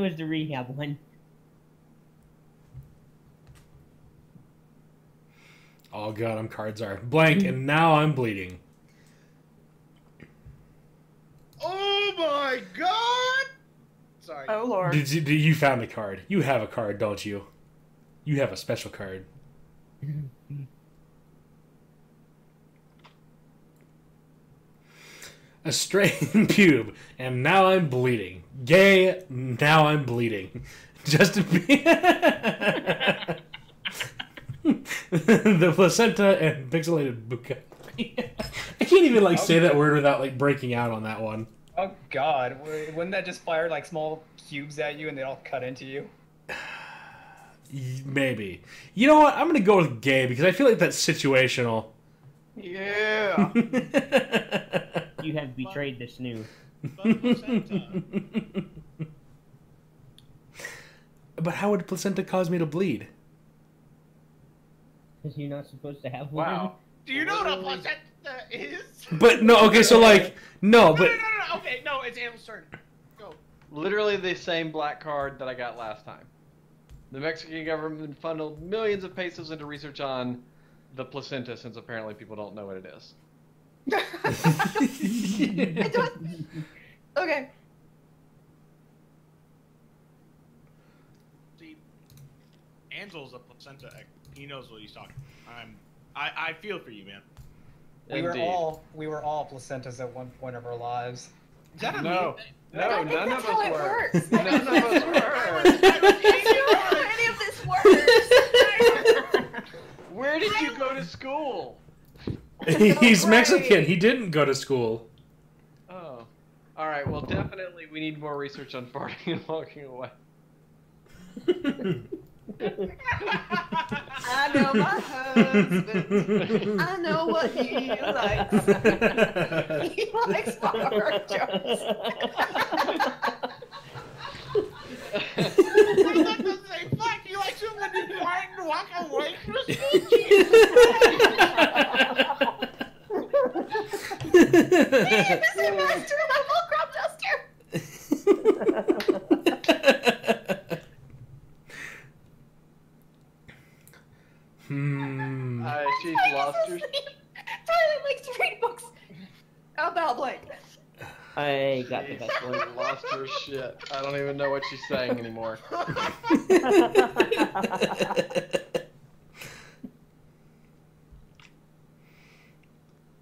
was the rehab one.
oh god, I'm cards are blank, and now I'm bleeding.
Oh my god! Sorry.
Oh lord.
Did you, did you found a card? You have a card, don't you? You have a special card. A strained pube, and now I'm bleeding. Gay, now I'm bleeding. Just to be. the placenta and pixelated buca. I can't even like say that word without like breaking out on that one.
Oh God. W- Wouldn't that just fire like small cubes at you and they all cut into you?
Y- Maybe. You know what? I'm gonna go with gay because I feel like that's situational.
Yeah.
You have betrayed this new.
But placenta.
but how would placenta cause me to bleed?
Because you're not supposed to have one.
Wow.
Do you know what a placenta is?
But no, okay, so like no,
no,
but
no, no, no, okay, no, it's Animal's turn. Go.
Literally the same black card that I got last time. The Mexican government funneled millions of pesos into research on the placenta since apparently people don't know what it is.
I don't- okay.
See, Angel's a placenta egg. He knows what he's talking. About. I'm, I, I feel for you, man.
We were
Indeed.
all we were all placentas at one point of our lives.
Is that a
No.
mean thing?
I
No,
don't think
none
that's
of
how
us
it
were.
works.
None of us
I
were.
was- I was
I
eating
don't know how
words.
any of this works.
Where did you go to school?
He's Mexican. He didn't go to school.
Oh. All right. Well, definitely we need more research on farting and walking away.
I know my husband. I know what he likes. He likes horror jokes.
I was about to say, fuck, you like someone to fart and walk away from school?
Hey, this is master, my full crop duster.
hmm.
Uh, she's
Titus
lost her.
asleep. Tyler likes to read books about blank.
I got the best
She
one.
lost her shit. I don't even know what she's saying anymore.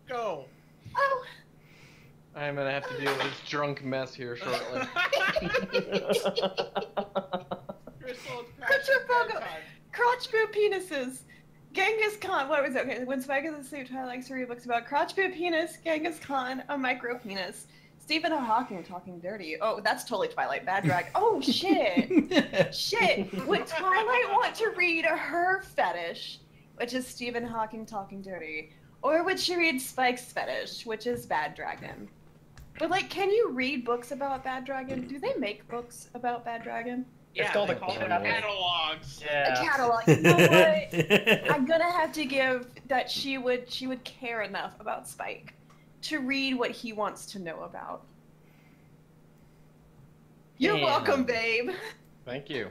Go.
Oh,
I'm gonna have to deal with this drunk mess here shortly.
Crystal, it's
Crutcher
passion
Pogo.
card time.
crotch boot penises. Genghis Khan. What was it? Okay, when Spike is asleep, Tyler likes to read books about crotch boot penis, Genghis Khan, a micro penis. Stephen Hawking talking dirty. Oh, that's totally Twilight. Bad drag. Oh shit. Shit, would Twilight want to read her fetish, which is Stephen Hawking talking dirty, or would she read Spike's fetish, which is Bad Dragon? But like, can you read books about Bad Dragon? Do they make books about Bad Dragon?
Yeah,
called
they
a
call it
catalog.
catalogs.
A
Yeah.
catalog. You know what? I'm gonna have to give that she would she would care enough about Spike to read what he wants to know about. You're
Damn.
welcome, babe.
Thank you.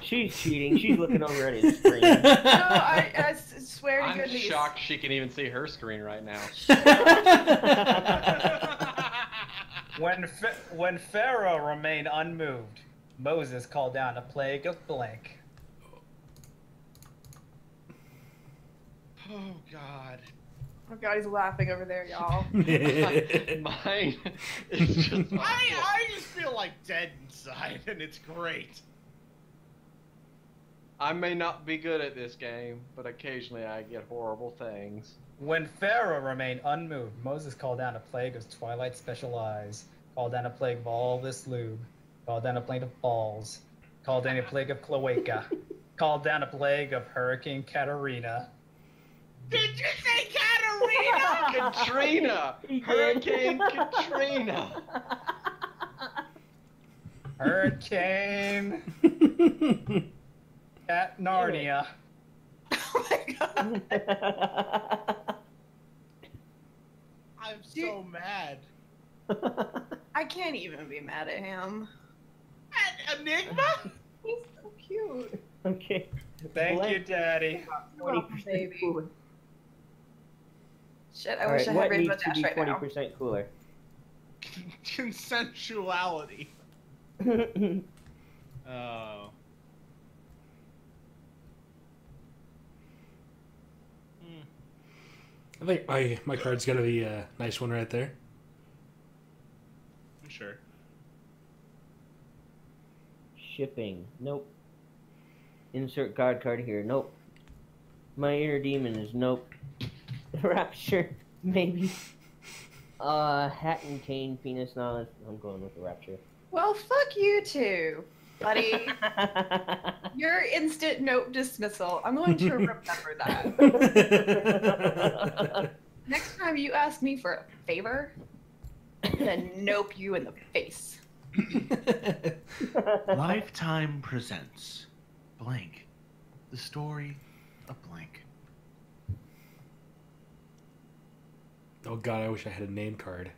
She's cheating. She's looking over at his screen.
No, I, I s- swear to
I'm
goodness.
shocked she can even see her screen right now.
When Ph- when Pharaoh remained unmoved, Moses called down a plague of blank.
Oh, God.
Oh god, he's laughing over there, y'all.
Mine is just.
I, I just feel like dead inside, and it's great.
I may not be good at this game, but occasionally I get horrible things.
When Pharaoh remained unmoved, Moses called down a plague of twilight special eyes, called down a plague of all this lube, called down a plague of balls, called down a plague of cloaca, called down a plague of Hurricane Katarina.
Did you say Katarina?
Oh,
Katrina!
He did.
Hurricane Katrina!
Hurricane
uh,
at Narnia.
oh my god.
I'm so mad.
I can't even be mad at him.
An enigma?
He's so cute.
okay.
Thank you,
Blank.
Daddy.
You're welcome, baby.
cooler.
Shit, I
All
wish
right,
I
what
had Rainbow
needs to
Dash
be
right
twenty
now.
percent cooler?
Consensuality. Oh.
I think my my card's gonna be a nice one right there.
I'm sure.
Shipping. Nope. Insert god card here. Nope. My inner demon is nope. Rapture. Maybe. Uh, hat and cane, penis knowledge. I'm going with the rapture.
Well, fuck you too, buddy. Your instant nope dismissal. I'm going to remember that. Next time you ask me for a favor, I'm gonna nope you in the face.
Lifetime presents Blank, the story of Blank.
oh god, I wish I had a name card.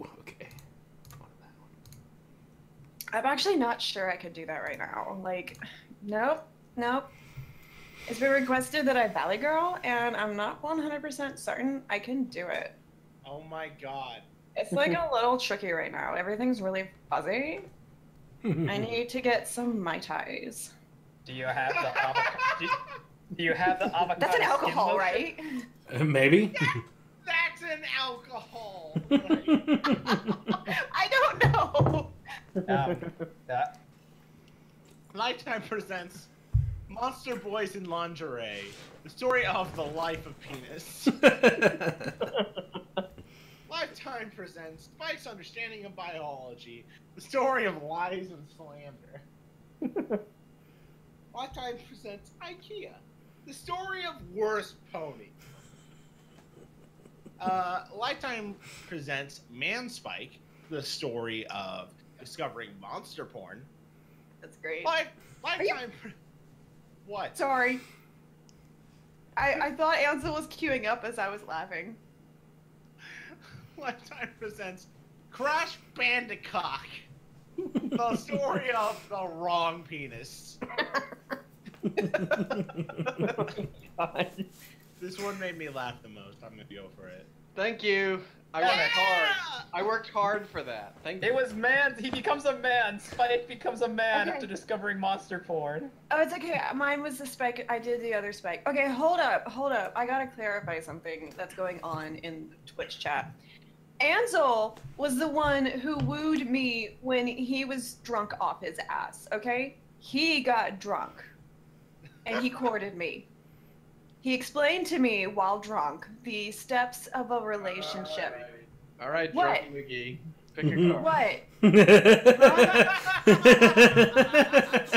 Ooh, Okay.
I'm actually not sure I could do that right now. Like, nope, nope. It's been requested that I Valley Girl, and I'm not 100% certain I can do it.
Oh my god.
It's like a little tricky right now. Everything's really fuzzy. I need to get some Mai Tais.
Do you have the avocado? do, do you have the avocado?
That's an
skin
alcohol,
lotion?
right?
Uh, Maybe.
That's an alcohol.
I don't know.
Um, that,
Lifetime presents Monster Boys in Lingerie, the story of the life of penis. Lifetime presents Spike's understanding of biology, the story of lies and slander. Lifetime presents IKEA, the story of worst pony. Uh, Lifetime presents Man Spike, the story of discovering monster porn.
That's great.
Life,
you-
lifetime. pre- What?
Sorry. I, I thought Ansel was queuing up as I was laughing.
Lifetime presents Crash Bandicoot, the story of the wrong penis.
God.
This one made me laugh the most. I'm gonna go for it.
Thank you. I worked hard. I worked hard for that. Thank
it
you.
was man. He becomes a man. Spike becomes a man
Okay.
after discovering monster porn.
Oh, it's okay. Mine was the spike. I did the other spike. Okay, hold up, hold up. I gotta clarify something that's going on in the Twitch chat. Ansel was the one who wooed me when he was drunk off his ass. Okay, he got drunk, and he courted me. He explained to me while drunk the steps of a relationship.
All right,
What?
Drunky McGee. Pick a card.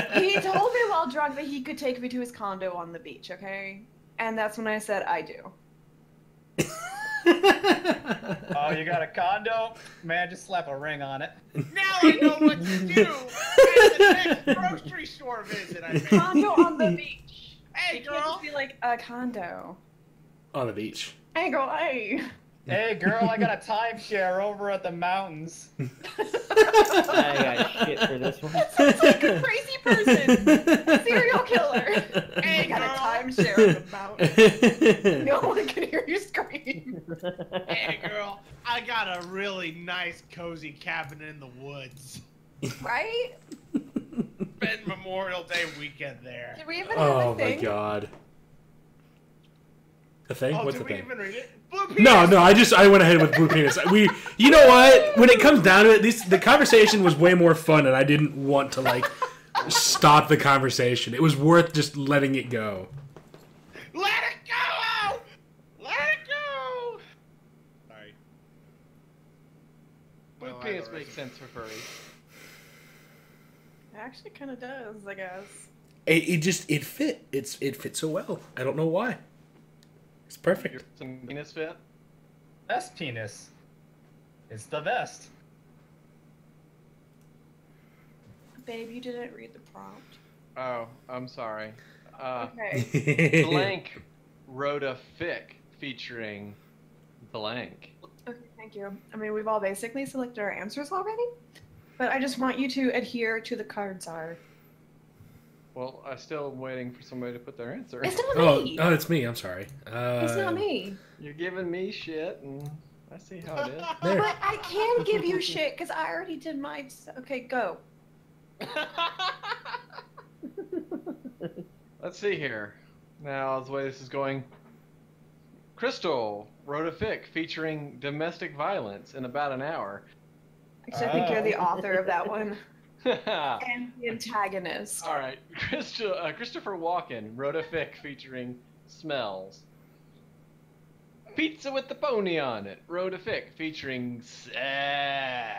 What? he told me while drunk that he could take me to his condo on the beach, okay? And that's when I said, I do.
Oh, you got a condo? Man, just slap a ring on it.
Now I know what to do at the next grocery store visit I make.
Condo on the beach.
Hey,
You can't just
girl.
be like, a condo.
On the beach.
Hey, girl, hey.
Hey, girl, I got a timeshare over at the mountains.
I got shit for this one.
That sounds like a crazy person. Serial killer. I
Hey,
got a
girl.
timeshare in the mountain. No one can hear you scream.
Hey, girl. I got a really nice, cozy cabin in the woods.
Right?
Spend Memorial Day weekend there.
Did we even have
oh
a
my
thing?
god. A thing?
Oh,
What's a
did we
thing?
even read it? Blue
No,
penis.
no. I just I went ahead with blue penis. We, you know what? When it comes down to it, this the conversation was way more fun, and I didn't want to like stop the conversation. It was worth just letting it go.
Let it go! Let it go! Sorry.
Blue
Well, I
penis
don't
makes sense for furries.
It actually kind of does, I guess.
It, it just it fit. It's it fit so well. I don't know why. It's
Your
perfect.
some penis fit.
Best penis. It's the best.
Babe, you didn't read the prompt.
Oh, I'm sorry.
Ah.
Uh,
Okay.
blank wrote a fic featuring blank.
Okay, thank you. I mean, we've all basically selected our answers already, but I just want you to adhere to the cards are.
Well, I still am waiting for somebody to put their answer.
It's not
Oh,
me.
oh, it's me. I'm sorry. Uh,
it's not me.
You're giving me shit, and I see how it is.
There.
But I can give you shit because I already did mine. so- Okay, go.
Let's see here. Now, the way this is going, Crystal wrote a fic featuring domestic violence in about an hour.
Actually, I think you're the
Oh.
author of that one
All
and the antagonist.
right, Christo- uh, Christopher Walken wrote a fic featuring smells. Pizza with the pony on it wrote a fic featuring sex.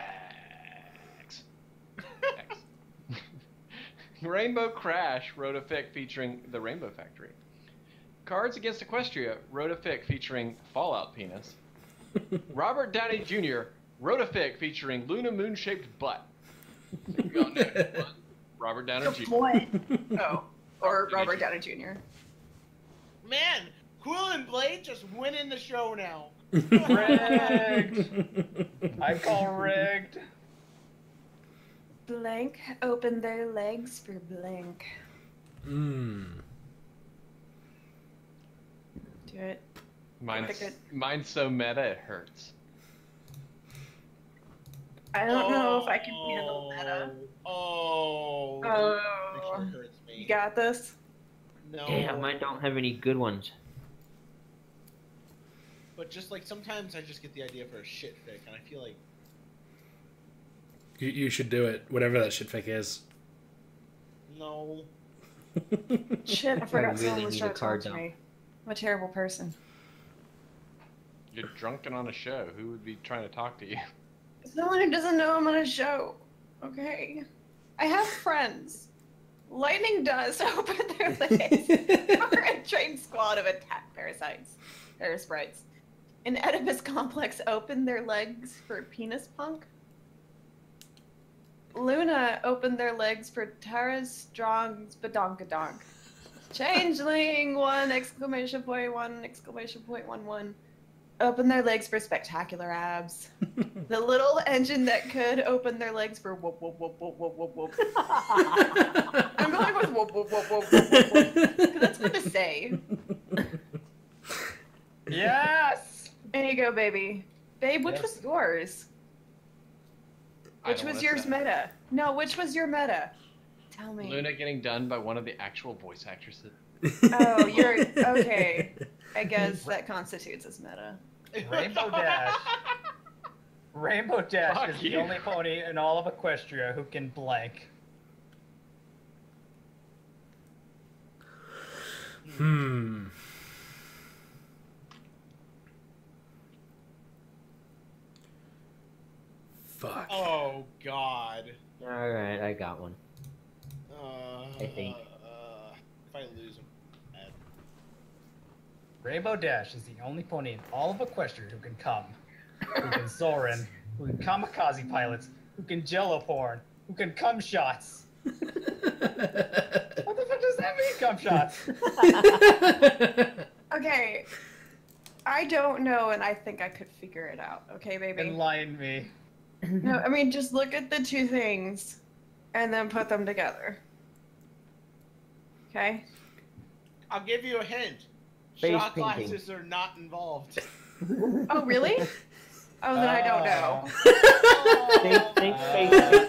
Sex. Rainbow Crash wrote a fic featuring the Rainbow Factory. Cards Against Equestria wrote a fic featuring Fallout Penis. Robert Downey Jr. wrote a fic featuring Luna Moon shaped butt. There you go, next one. Robert Downey Jr.
What? Oh, or Robert Downey Jr.
Man, Quill and Blade just winning the show now.
I call rigged.
Blank opened their legs for blank.
Mm.
Do it.
Mine's,
Pick it.
mine's so meta it hurts.
I don't know if I can handle meta.
Oh.
Oh,
Picture hurts me.
you got this.
no.
Damn, mine don't have any good ones.
But just like sometimes I just get the idea for a shit fic, and I feel like
You, you should do it, whatever that shit fake is.
No.
Shit, I forgot
really
someone was
need a
trying to talk
card
to
now.
me. I'm a terrible person.
You're drunk and on a show. Who would be trying to talk to you?
Someone who doesn't know I'm on a show. Okay. I have friends. Lightning does open their legs for a trained squad of attack parasites, parasprites. An Oedipus complex opened their legs for penis punk. Luna opened their legs for Tara's strong's badonkadonk. Changeling one exclamation point one exclamation point one one. Open their legs for spectacular abs. The little engine that could open their legs for whoop whoop whoop whoop whoop whoop whoop. I'm going with whoop whoop whoop whoop whoop whoop. 'cause That's what to say.
Yes.
There you go, baby. Babe, which
Yes.
was yours?
I
Which
don't
was
wanna
yours
say.
meta? No, which was your meta? Tell me.
Luna getting done by one of the actual voice actresses.
Oh, you're okay. I guess that constitutes as meta.
Rainbow Dash. Rainbow Dash
Fuck
is
you.
the only pony in all of Equestria who can blank.
Hmm. Fuck.
Oh God.
All right, I got one.
Uh,
I think.
Uh, if I lose him. bad.
Rainbow Dash is the only pony in all of Equestria who can come, who can Zorin, who can kamikaze pilots, who can jello porn, who can cum shots. What the fuck does that mean, cum shots?
Okay. I don't know, and I think I could figure it out. Okay, baby.
Enlighten me.
No, I mean just look at the two things and then put them together. Okay?
I'll give you a hint.
Face
Shot
painting.
glasses are not involved.
Oh really? Oh then I don't know.
Think, think,
Uh,
think.
Oh,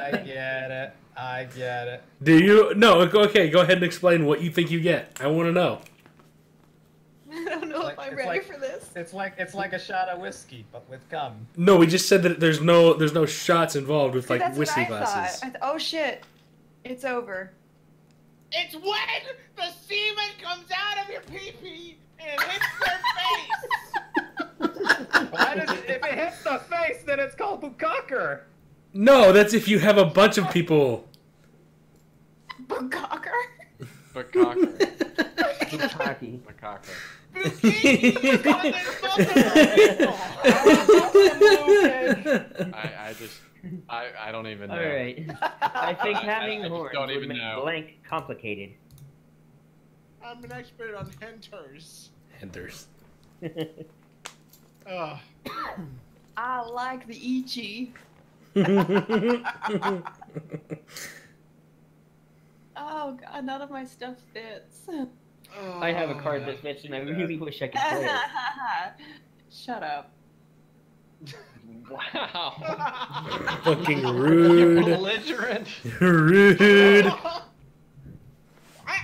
I get it. I get it.
Do you? No. Okay. Go ahead and explain what you think you get. I want to know.
I don't know
Like-
if I'm
it's
ready
like-
for this.
It's like it's like a shot of whiskey, but with cum.
No, we just said that there's no there's no shots involved with
See,
like
that's
whiskey
what I
glasses.
thought. I th- oh shit. It's over.
It's when the semen comes out of your pee pee and hits their face.
Why does it, if it hits the face, then it's called bukkake.
No, that's if you have a bunch of people.
Bukkake?
But Cocker.
Hockey.
but Cocker.
Bukkake comes in
I, I just. I, I don't even know.
All right. I think
I- I-
having
I just
horns
don't
would
even
make
know.
blank complicated.
I'm an expert on henters.
Hunters.
Ugh.
I like the Ichi. Oh god, none of my stuff fits.
I have a card
Oh,
that's mentioned. I really wish I could play it.
Shut up.
Wow.
Fucking
You're
rude.
belligerent.
rude.
I,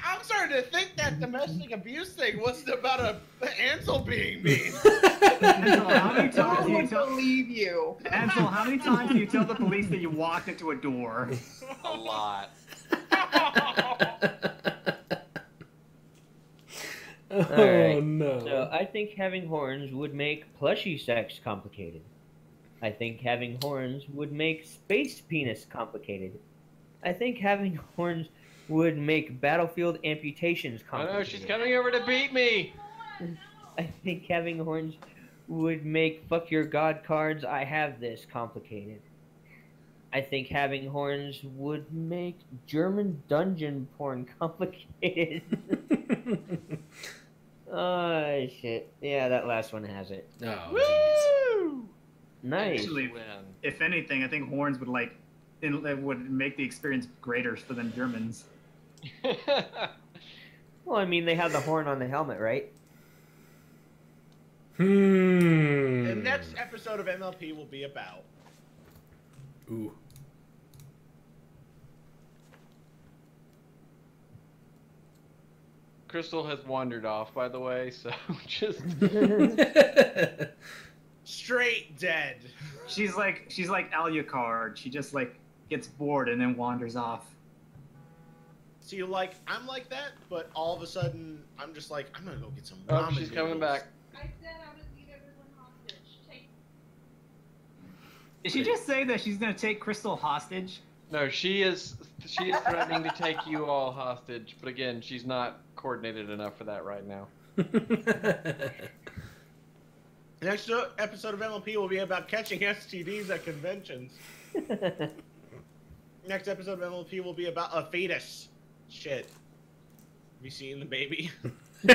I'm starting to think that domestic abuse thing wasn't about a Ansel being mean.
Ansel, how many
No
times
one
do you
would
tell
believe you.
Ansel, how many times do you tell the police that you walked into a door?
A lot.
Oh no.
So I think having horns would make plushy sex complicated. I think having horns would make space penis complicated. I think having horns would make battlefield amputations
I
complicated.
know, she's coming over to beat me.
I think having horns would make fuck your god cards. I have this complicated. I think having horns would make German dungeon porn complicated. oh shit! Yeah, that last one has it.
oh,
Nice.
Actually-
Win.
If anything, I think horns would like in- it would make the experience greater for them Germans.
Well, I mean, they have the horn on the helmet, right?
jeez. Hmm.
the next episode of MLP will be about.
Ooh.
oh, Crystal has wandered off, by the way, so just.
straight dead.
She's like she's like Alucard. She just like gets bored and then wanders off.
So you like I'm like that, but all of a sudden I'm just like I'm gonna go get some.
Oh,
ramen
she's coming
noodles.
back.
I said I would leave everyone hostage. Take
Did she just say that she's gonna take Crystal hostage?
No, she is she is threatening to take you all hostage, but again, she's not coordinated enough for that right now.
Next o- episode of MLP will be about catching STDs at conventions. Next episode of MLP will be about a fetus. Shit. Have you seen the baby? the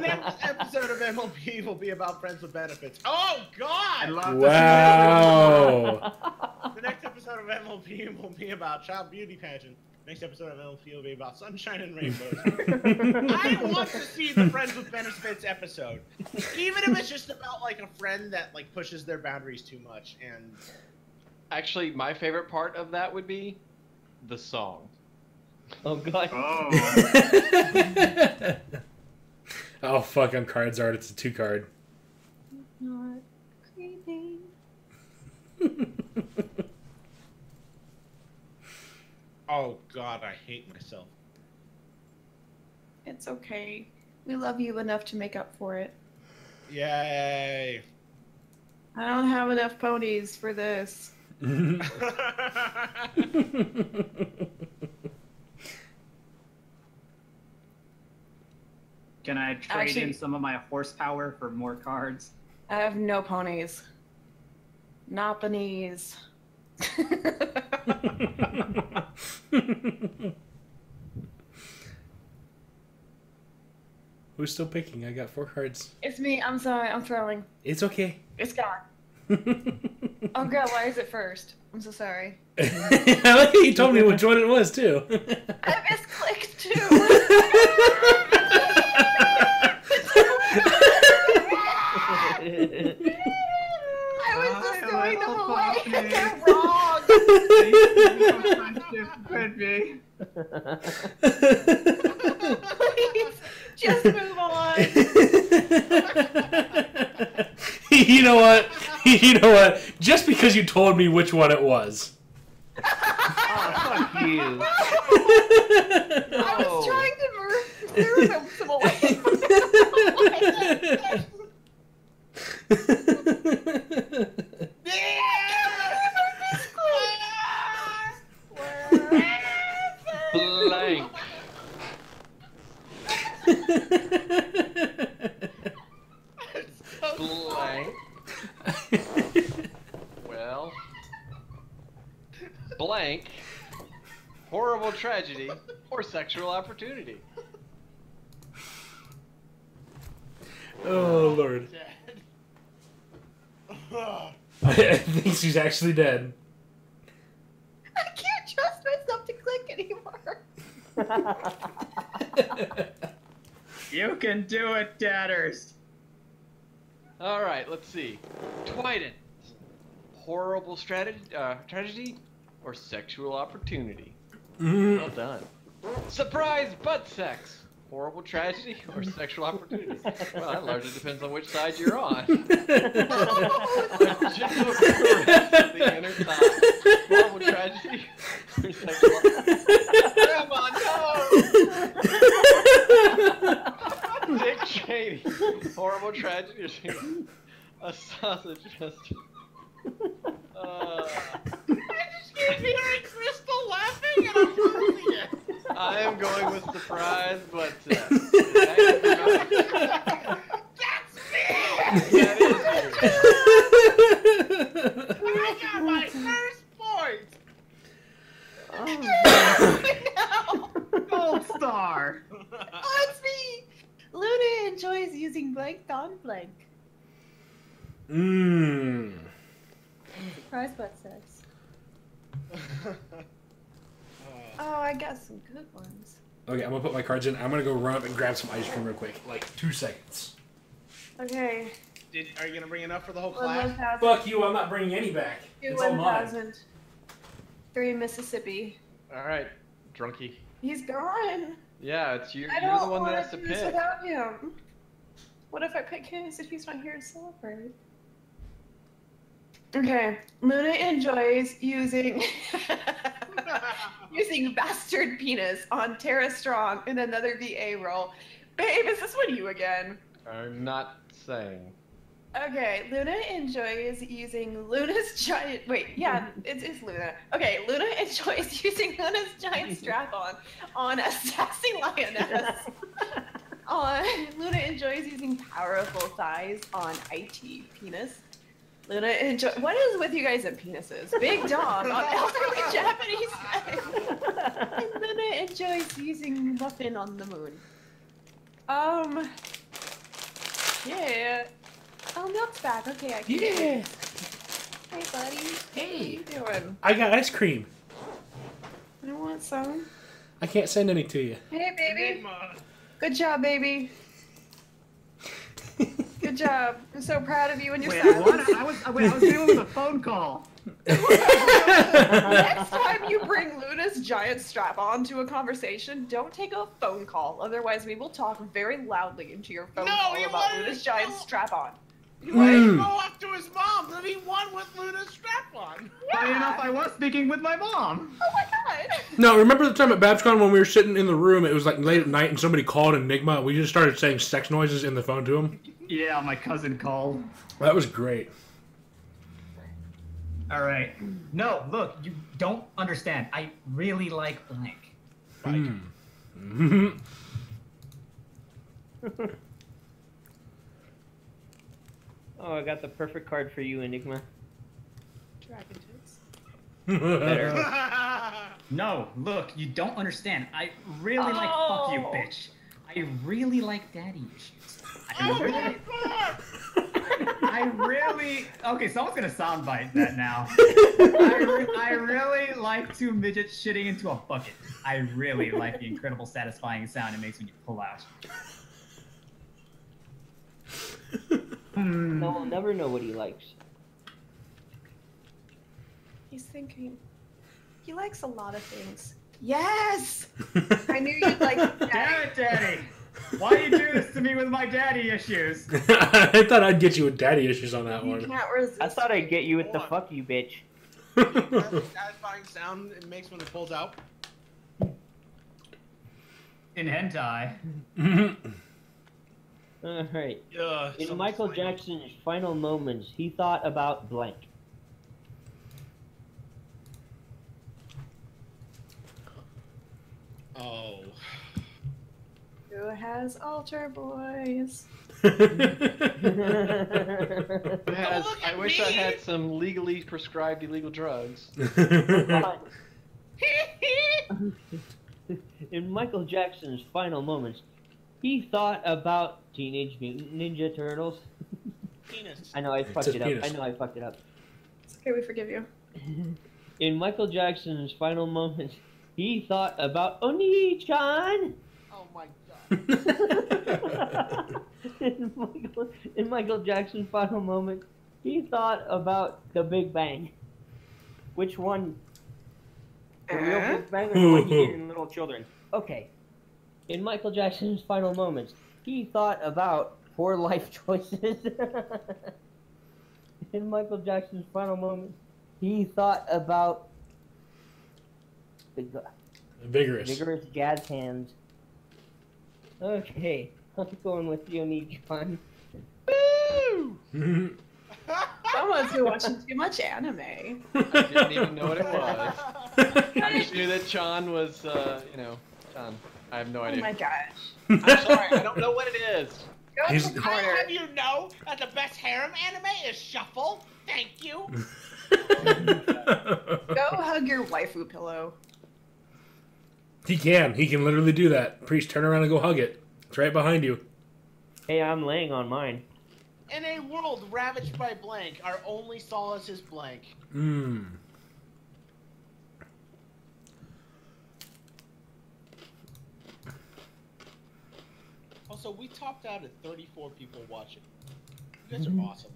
next episode of MLP will be about friends with benefits. Oh
I
God!
love
wow.
The next episode of MLP will be about child beauty pageant. Next episode of MLP will be about sunshine and rainbows. I want to see the friends with benefits episode, even if it's just about like a friend that like pushes their boundaries too much and
Actually, my favorite part of that would be the song.
Oh god.
Oh,
oh fuck! On cards art, it's a two card.
not creepy.
Oh God, I hate myself.
It's okay. We love you enough to make up for it.
Yay!
I don't have enough ponies for this.
can I trade
Actually-
in some of my horsepower for more cards?
I have no ponies. Nopanies.
Who's still picking? I got four cards.
it's me. I'm sorry. I'm throwing.
It's okay.
It's gone. Oh god, why is it first? I'm so sorry.
I like how you told me which one it was too.
I misclicked too. I was just
Hi,
going the
little
whole way.
puppy.
They're wrong.
Friendship could be.
Please, just move on.
you know what? You know what? Just because you told me which one it was.
Oh, fuck you.
I was trying to move through them some way.
Blank. Blank. Well, blank. Horrible tragedy or sexual opportunity.
oh lord!
Ugh.
I think she's actually dead.
I can't trust myself to click anymore.
You can do it, Dadders.
All right, let's see. Twyden. Horrible strategy, uh, tragedy or sexual opportunity.
Mm,
Well done. Surprise butt sex. Horrible tragedy or sexual opportunity. Well, that largely depends on which side you're
Hmm.
on. Just look at the rest of the inner thigh. Horrible tragedy or sexual opportunity. Grandma, no! Dick Cheney. Horrible tragedy or sexual A sausage festival. Uh,
I just keep hearing Crystal laughing, and I'm losing it.
I am going with surprise, but uh, that is you. That is you.
I got my first point.
no.
Gold star.
Oh, it's me. Luna enjoys using blank on blank.
Mmm.
Surprise butt sex. Oh, I got some good ones.
Okay, I'm gonna put my cards in. I'm gonna go run up and grab some ice cream real quick. Like two seconds.
Okay.
Did, are you gonna bring enough for the whole
One 1000.
class?
Fuck you! I'm not bringing any back.
Two
It's all mine.
1000. Three Mississippi.
All right, drunkie.
He's gone.
Yeah, it's you.
I
You're the
don't
one
want
that has
to
to
do this
pick.
without him. What if I pick his if he's not here to celebrate? Okay, Luna enjoys using using bastard penis on Tara Strong in another VA role. Babe, is this one you again?
I'm not saying.
Okay, Luna enjoys using Luna's giant. Wait, yeah, it is Luna. Okay, Luna enjoys using Luna's giant strap on on a sassy lioness. on, Luna enjoys using powerful thighs on IT penis. Luna enjoy. What is with you guys and penises? Big dog on elderly Japanese men. And Luna enjoys using muffin on the moon. Um. Yeah. Oh, milk's back. Okay, I can.
Yeah.
Hey, buddy.
Hey.
What are you doing?
I got ice cream.
I want some.
I can't send any to you.
Hey, baby.
Enigma.
Good job, baby. Good job. I'm so proud of you and your
Wait,
son.
what? I was, I, wait, I was dealing with a phone call.
Next time you bring Luna's giant strap on to a conversation, don't take a phone call. Otherwise, we will talk very loudly into your phone
No,
call
you
about
wanted
Luna's
to
giant
tell-
strap on.
He wanted to
Mm.
go off to his mom, then he won with Luna's strap on.
Funny enough, I was speaking with my mom.
Oh my god.
No, remember the time at BabsCon when we were sitting in the room? It was like late at night, and somebody called Enigma. And we just started saying sex noises in the phone to him.
Yeah, my cousin called.
That was great.
All right. No, look, you don't understand. I really like blank.
Mm. Mhm.
Oh, I got the perfect card for you, Enigma.
Dragon tits.
Better.
No, look, you don't understand. I really like fuck you,
Oh.
bitch. I really like daddy issues.
Oh
I really,
I really. Okay, someone's gonna soundbite that now. I, re- I really like two midgets shitting into a bucket.
I really like the incredible satisfying sound it makes when you pull out.
Hmm.
No, we'll never know what he likes.
He's thinking. He likes a lot of things. Yes! I knew you'd like that.
Damn it, Daddy! Why you do this to me with my daddy issues?
I thought I'd get you with daddy issues on that
You
one.
can't resist.
I thought I'd get you with the
Hold on.
fuck you, bitch.
satisfying sound it makes when it pulls out.
In hentai.
All right.
Ugh,
In
someone's
Michael
like-
Jackson's final moments, he thought about blank.
Oh.
Who has altar boys?
But
Has-
look
I
at
wish I
me.
had some legally prescribed illegal drugs.
In Michael Jackson's final moments, he thought about Teenage Mutant Ninja Turtles.
Penis.
I know I fucked
says
it up.
penis.
I know I fucked it up.
It's okay, we forgive you.
In Michael Jackson's final moments, he thought about Oni-chan.
Oh my god.
in, Michael, in Michael Jackson's final moment, he thought about the Big Bang. Which one? The real
Uh?
Big Bang or the one he did in Little Children? Okay. In Michael Jackson's final moments, he thought about poor life choices. in Michael Jackson's final moments, he thought about the g-
Vigorous.
vigorous jazz hands. Okay, I'm going with Yoni John.
Someone's been watching too much anime.
I didn't even know what it was. I just knew that Chan was, uh, you know, Chan. I have no
Oh
idea.
my gosh.
I'm sorry, I don't know what it is.
Go
He's-
to the
I'll
corner.
have you know that the best harem anime is Shuffle. Thank you.
Go hug your waifu pillow.
he can. He can literally do that. Priest, turn around and go hug it. It's right behind you.
Hey, I'm laying on mine.
In a world ravaged by blank, our only solace is blank.
Mm.
Also, we topped out at 34 people watching. You guys are awesome.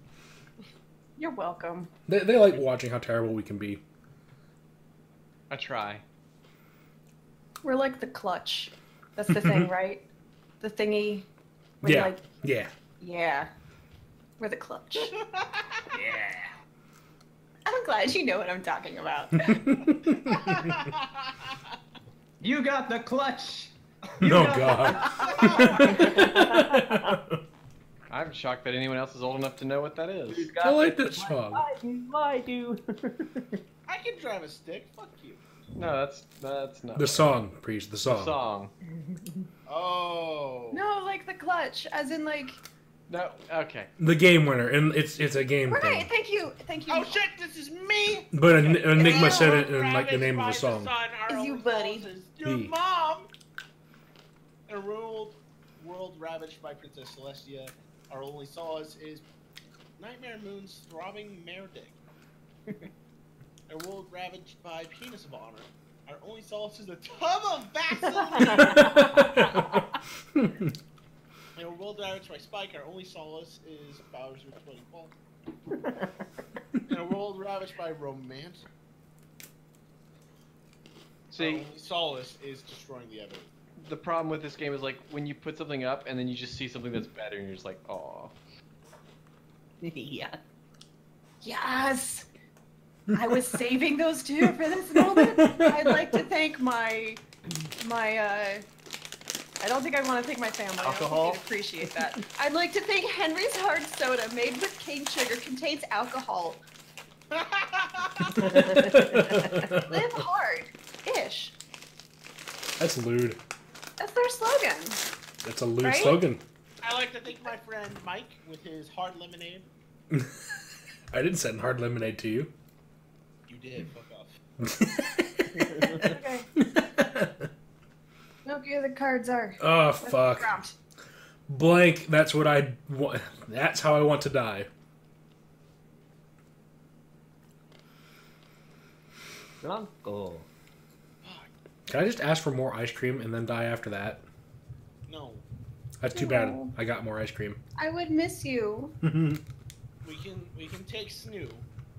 You're welcome.
They, they like watching how terrible we can be.
I try.
We're like the clutch. That's the thing, right? The thingy. We're
Yeah.
like
Yeah.
Yeah. We're the clutch.
Yeah.
I'm glad you know what I'm talking about.
You got the clutch.
No God.
I'm shocked that anyone else is old enough to know what that is.
I like that song.
I do, I do.
I can drive a stick. Fuck you.
No, that's that's not
The song, priest. The
The
song.
song.
Oh.
no, like the clutch, as in like.
No, okay.
The game winner, and it's it's a game
Right.
thing.
Thank you. Thank you.
Oh shit! This is me.
But en- Enigma
You
said
were
it in like the
ravaged
name of
by
the song.
sun, our
Is you
own
buddy?
causes. Your
He.
mom. A world, world ravaged by Princess Celestia. Our only solace is Nightmare Moon's throbbing mare dick. a world ravaged by penis of honor. Our only solace is a tub of Vaseline. and a world ravaged by Spike. Our only solace is Bowser's exploding ball. and a world ravaged by romance. Our
See,
only solace is destroying the evidence.
the problem with this game is like when you put something up and then you just see something that's better and you're just like, oh.
yeah.
Yes. I was saving those two for this moment. I'd like to thank my my uh I don't think I want to thank my family.
Alcohol?
I don't think they'd appreciate that. I'd like to thank Henry's hard soda made with cane sugar contains alcohol. Live hard ish.
That's lewd.
That's their slogan.
That's a lewd
Right?
slogan.
I like to thank my friend Mike with his hard lemonade.
I didn't send hard lemonade to you.
You did. Fuck off.
Okay. Look where the cards are.
oh
That's
fuck.
prompt.
Blank. That's what I want. That's how I want to die.
Blanco.
Can I just ask for more ice cream and then die after that?
No,
That's too
No.
bad. I got more ice cream.
I would miss you.
we can we can take Snoo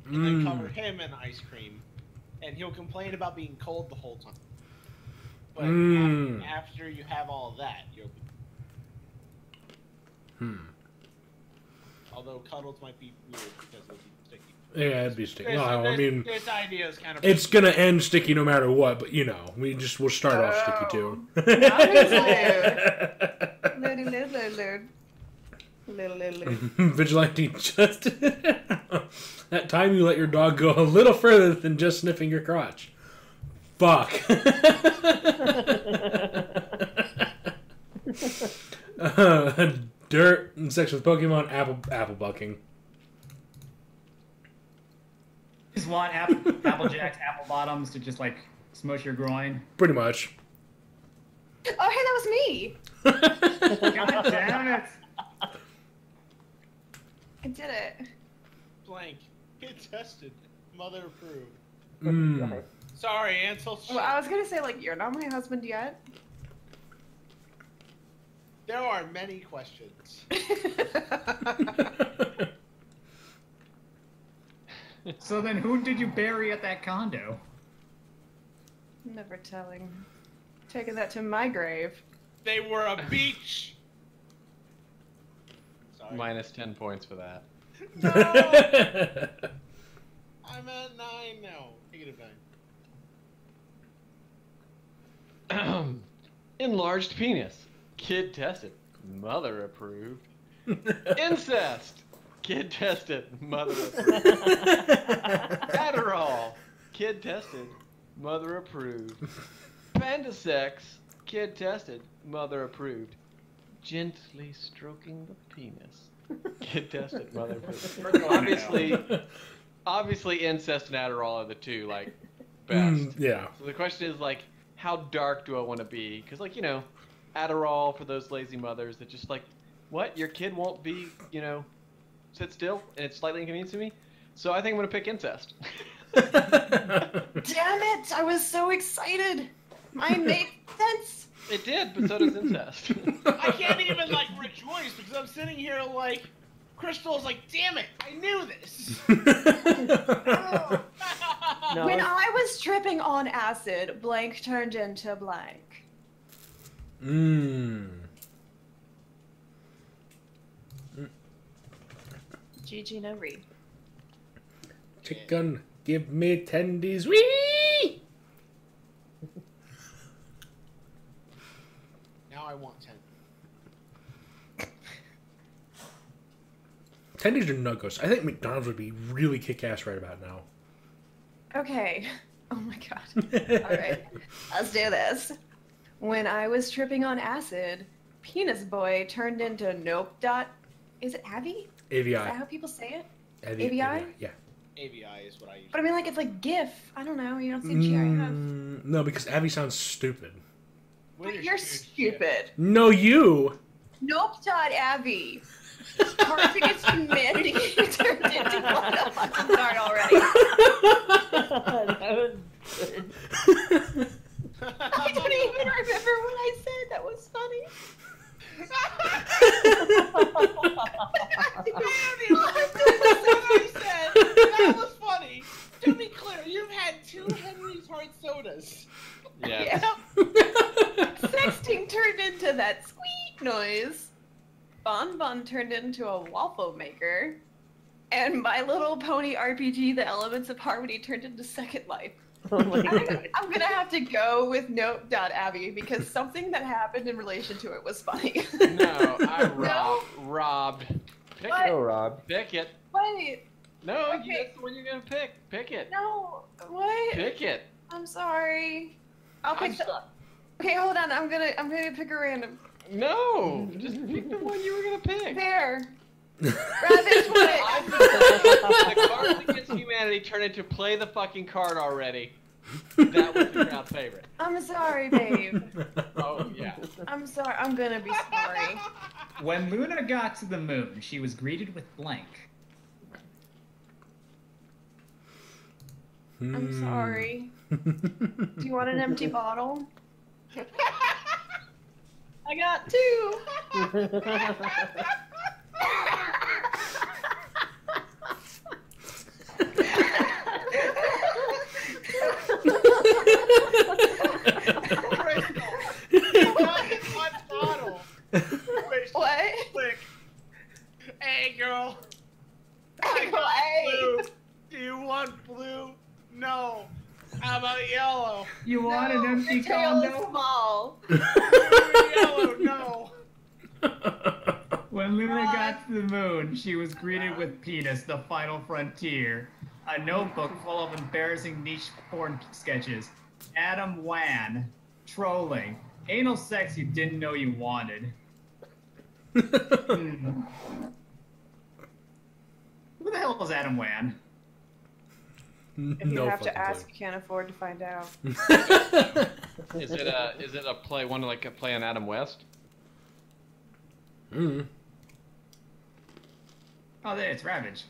and then cover
Mm.
him in ice cream, and he'll complain about being cold the whole time. But
Mm.
af- after you have all that, you'll be.
Hmm.
Although cuddles might be weird because it'll be sticky.
Yeah, it'd be sticky.
This-
No, I
this-
mean
this idea is kind of.
it's gonna end sticky no matter what. But you know, we just we'll start off sticky too.
Lulu, lulu, lulu. Lulu, lulu.
Vigilante just that time you let your dog go a little further than just sniffing your crotch. Fuck. uh, dirt and sex with Pokemon apple apple bucking.
Just want apple, apple jacks, apple bottoms to just like smush your groin.
Pretty much.
Oh, hey, that was me.
God damn it!
I did it.
blank. Get tested. Mother approved.
Mm.
Sorry, Ansel.
Well, I was gonna say like you're not my husband yet.
There are many questions.
So then, who did you bury at that condo?
Never telling. Taking that to my grave.
They were a beach. Sorry.
Minus 10 points for that.
No, I'm at nine now. Negative nine.
Enlarged penis. Kid tested. Mother approved. Incest. Kid tested. Mother approved. Adderall. Kid tested. Mother approved. Panda sex. Kid tested. Mother approved. Gently stroking the penis. Kid tested. Mother approved. obviously, obviously, incest and Adderall are the two like best.
Mm, yeah.
So the question is like, how dark do I want to be? Because like you know, Adderall for those lazy mothers that just like, what your kid won't be you know, sit still and it's slightly inconvenient to me. So I think I'm gonna pick incest.
Damn it! I was so excited. Mine made sense.
it did, but so does incest.
I can't even like rejoice because I'm sitting here like Crystal's like, damn it, I knew this.
No,
When
it's-
I was tripping on acid, blank turned into blank.
Mm.
GG no re.
Chicken, give me tendies. Wee!
Now I want ten.
Tendies are no goes. I think McDonald's would be really kick ass right about now.
Okay. Oh my god. All right. Let's do this. When I was tripping on acid, penis boy turned into nope dot. Is it Abby?
AVI.
Is that how people say it?
Avi-
AVI?
Yeah.
AVI is what I use.
But I mean, like it's like GIF. I don't know. You don't see GIF.
Mm, no, because Abby sounds stupid.
But
We're
you're
stupid.
stupid.
No, you.
Nope dot Abby. Cards Against Humanity you turned into one a fucking card already.
that was good.
I don't even remember what I said. That was funny.
that was funny. To be clear, you've had two Henry's Hard sodas.
Yeah.
Sexting turned into that squeak noise. Bon Bon turned into a waffle maker. And My Little Pony RPG, The Elements of Harmony, turned into Second Life.
Oh my god.
I'm gonna have to go with Nope.Abby because something that happened in relation to it was funny.
No, I rob, robbed. Pick
What?
Go, Rob.
it. Pick it.
Wait,
No,
Okay.
you- that's the one you're gonna pick. Pick it.
no, what?
Pick it.
I'm sorry. I'll pick
I'm
the. Okay, hold on. I'm gonna I'm gonna pick a random.
No, just pick the one you were gonna pick.
There. Ravage what?
the Cards Against Humanity turned into play the fucking card already. That was the crowd favorite.
I'm sorry, babe.
Oh yeah.
I'm sorry. I'm gonna be sorry.
When Luna got to the moon, she was greeted with blank.
Hmm.
I'm sorry. Do you want an empty bottle? I got two.
Crystal, not in my bottle. Crystal,
what?
Click. Hey, girl. I got
Why?
blue. Do you want blue? No. How about yellow?
You want an
No,
empty
your tail is
condo?
small.
yellow, no.
When Luna
Rob.
got to the moon, she was greeted with Penis, the final frontier, a notebook full of embarrassing niche porn sketches, Adam Wan, trolling, anal sex you didn't know you wanted. Hmm. Who the hell is Adam Wan?
If you
No
have to
fucking
ask, you can't afford to find out.
clue.
Is it a is it a play one like a play on Adam West?
Mm.
Oh, there, it's Ravage.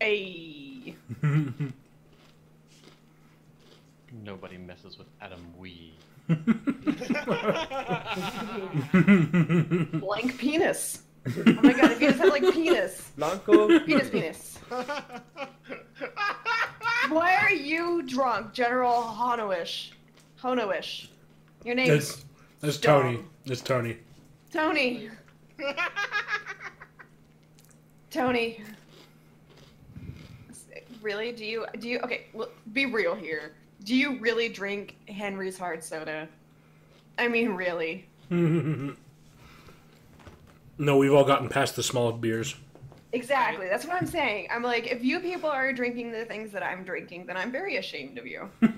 Hey.
Nobody messes with Adam Wee.
Blank penis. Oh my god, if you just had like penis.
Blanco.
Penis, penis. Why are you drunk, General Honoish? Honoish. Your name
That's that's Tony. That's Tony.
Tony. Tony. Really? Do you do you okay, look, be real here. Do you really drink Henry's hard soda? I mean really.
no, we've all gotten past the small beers.
Exactly. That's what I'm saying. I'm like, if you people are drinking the things that I'm drinking, then I'm very ashamed of you.
No,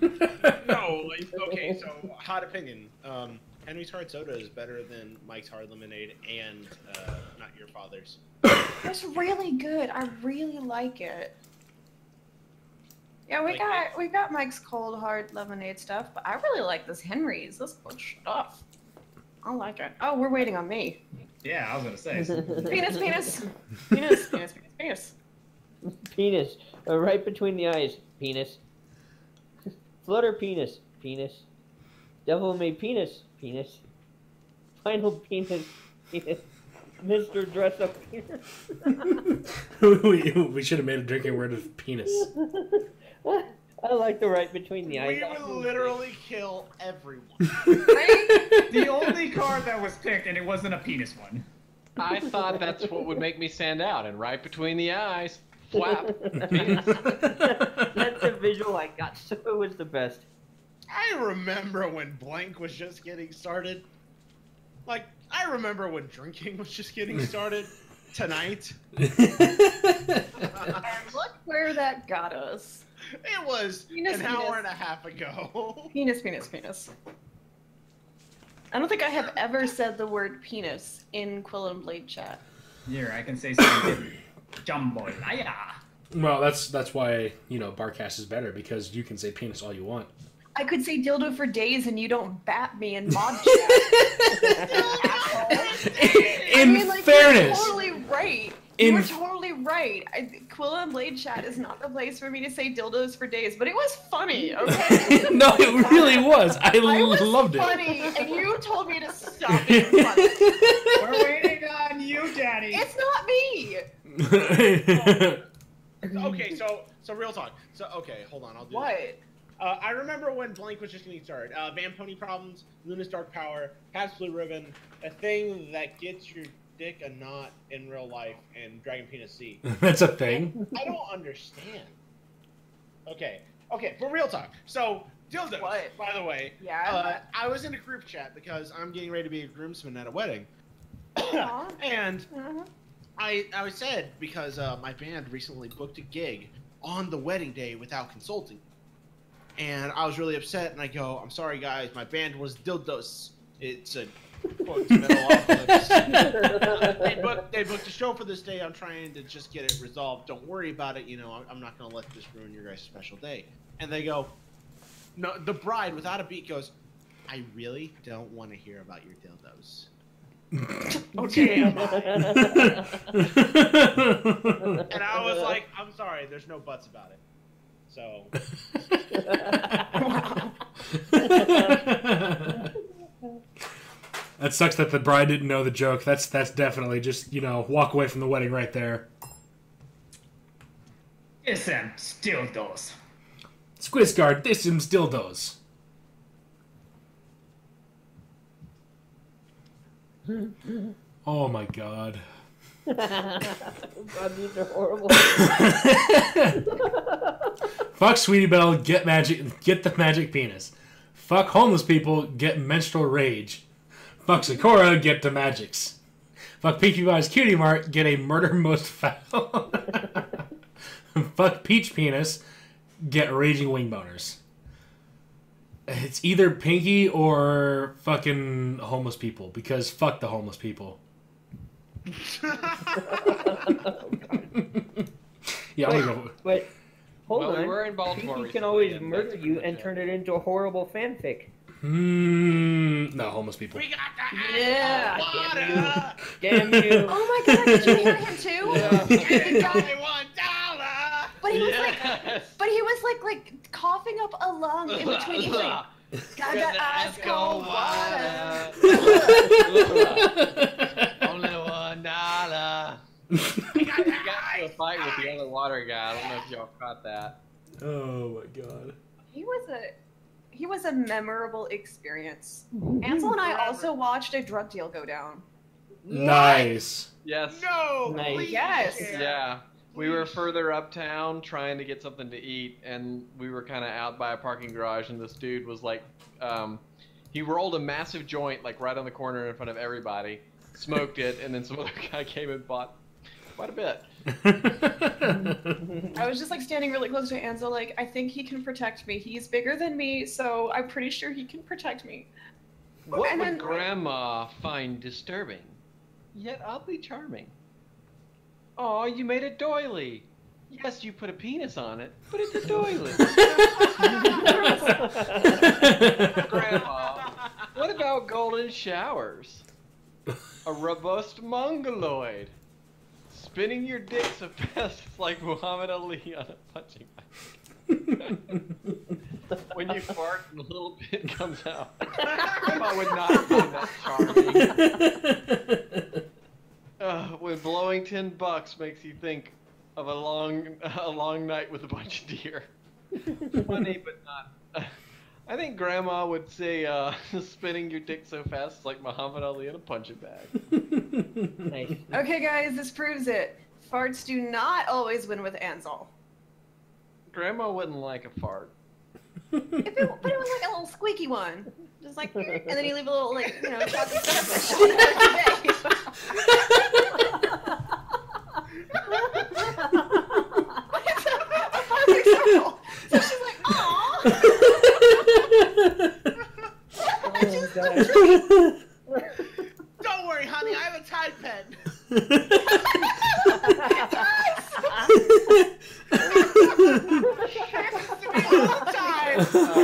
like, okay, so hot opinion. Um, Henry's Hard Soda is better than Mike's Hard Lemonade and uh, not your father's.
It's really good. I really like it. Yeah, we
Like
got we got Mike's cold hard lemonade stuff, but I really like this Henry's. This good stuff. I like it. Oh, we're waiting on me.
Yeah, I was gonna say.
Penis, penis, penis, penis, penis, penis.
Penis. Uh, right between the eyes. Penis. Flutter penis. Penis. Devil may penis. Penis. Final penis. Penis. Mr. Dress Up Penis.
we, we should have made a drinking word of penis.
I like the right between the
we
eyes.
would literally kill everyone.
Right?
the only card that was picked, and it wasn't a penis one.
I thought that's what would make me stand out, and right between the eyes, flap. penis.
That's the visual I got, so it was the best.
I remember when blank was just getting started. Like, I remember when drinking was just getting started tonight.
And look where that got us.
It was
Penis,
an hour
penis.
and a half ago.
Penis, penis, penis. I don't think I have ever said the word penis in Quill and Blade chat.
Here, I can say something. different. Jambalaya.
well, that's that's why you know Barcast is better because you can say penis all you want.
I could say dildo for days and you don't bat me in mod chat. I
In
mean, like,
fairness,
You're totally right.
In-
You're totally right. I, Quill and Blade chat is not the place for me to say dildos for days, but it was funny, okay?
no, it really was. I,
I was
loved
funny, and you told me to stop being funny.
it.
We're waiting on you, Daddy.
It's not me.
okay, so so real talk. So okay, hold on, I'll do this.
What?
Uh, I remember when blank was just getting started. Uh, Van Pony problems, Luna's dark power, Pat's blue ribbon, a thing that gets your dick a knot in real life, and Dragon Penis C.
That's a thing.
I don't understand. Okay, okay, but real talk. So dildos,
What?
by the way. Uh,
Yeah.
I was in a group chat because I'm getting ready to be a groomsman at a wedding,
Aw.
and
Uh-huh.
I I was said because uh, my band recently booked a gig on the wedding day without consulting, and I was really upset. And I go, "I'm sorry, guys. My band was dildos. It's a quote metalocalypse. they booked they booked a show for this day. I'm trying to just get it resolved. Don't worry about it. You know, I'm, I'm not gonna let this ruin your guys' special day." And they go, "No." The bride, without a beat, goes, "I really don't want to hear about your dildos." okay, am I? And I was like, I'm sorry, there's no buts about it. So
that sucks that the bride didn't know the joke. That's that's definitely just you know walk away from the wedding right there.
Yes, I'm still those.
Squizguard, this him still does. Oh my god.
God, these are horrible.
Fuck Sweetie Belle, get magic, get the magic penis. Fuck homeless people, get menstrual rage. Fuck Sakura, get the magics. Fuck Pinkie Pie's cutie mark, get a murder most foul. Fuck Peach Penis, get raging wing boners. It's either Pinky or fucking homeless people because fuck the homeless people. yeah, I'm gonna go.
But hold
Well, we
on.
were in Baltimore
Pinky
recently,
can always
and
murder
that's
you
pretty
and
much
turn it into a horrible fanfic.
Mm, no, homeless people.
we got the
Yeah.
water.
Damn you.
Oh my god, did you hear him too?
It's only one dollar.
But he was like,
Yes.
but he was like, like coughing up a lung in between. He's like, got the ice
Oh,
"Oh,
cold water.
Oh,
Only one dollar. I got into a fight with the other water guy. I don't know if y'all caught that.
Oh my god.
He was a, he was a memorable experience. Oh,
Mm-hmm.
Ansel and I also watched a drug deal go down.
Nice.
Yes.
No.
Nice.
please,
Yes.
yeah.
Yeah. We were further uptown trying to get something to eat, and we were kind of out by a parking garage, and this dude was like, um, he rolled a massive joint like right on the corner in front of everybody, smoked it, and then some other guy came and bought quite a bit.
I was just like standing really close to Ansel, like, I think he can protect me. He's bigger than me, so I'm pretty sure he can protect me.
What
And
would
then-
Grandma find disturbing, yet oddly charming? Oh, you made a doily. Yes, you put a penis on it, but it's a doily. Grandma, what about golden showers? A robust mongoloid. Spinning your dick so fast it's like Muhammad Ali on a punching bag. when you fart and a little bit comes out. Grandma would not find that charming. Uh, when blowing ten bucks makes you think of a long, a long night with a bunch of deer. Funny, but not. I think Grandma would say, uh, "Spinning your dick so fast, it's like Muhammad Ali in a punching bag."
Nice.
Okay, guys, this proves it. Farts do not always win with Ansel.
Grandma wouldn't like a fart.
If it, but it was like a little squeaky one, just like, and then you leave a little like you know chocolate starfish. it's a, a perfect circle. So she's like, "Aw."
Oh, God.
Don't worry, honey. I have a tie pen. Happens to me all the time.
Uh,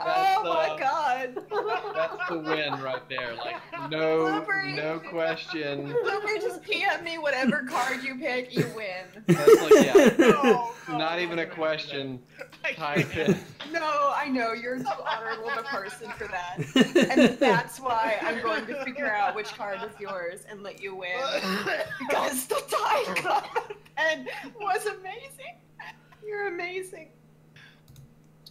Oh
uh,
my god.
that's the win right there. Like no,
Blooper.
no question.
Blooper, just PM me whatever card you pick, you win.
That's like yeah,
No, no,
not even
no,
a
no,
question.
no.
Tie pin.
No, I know you're too honorable of a person for that, and that's why I'm going to figure out which card is yours and let you win because the tie card and was amazing. You're amazing.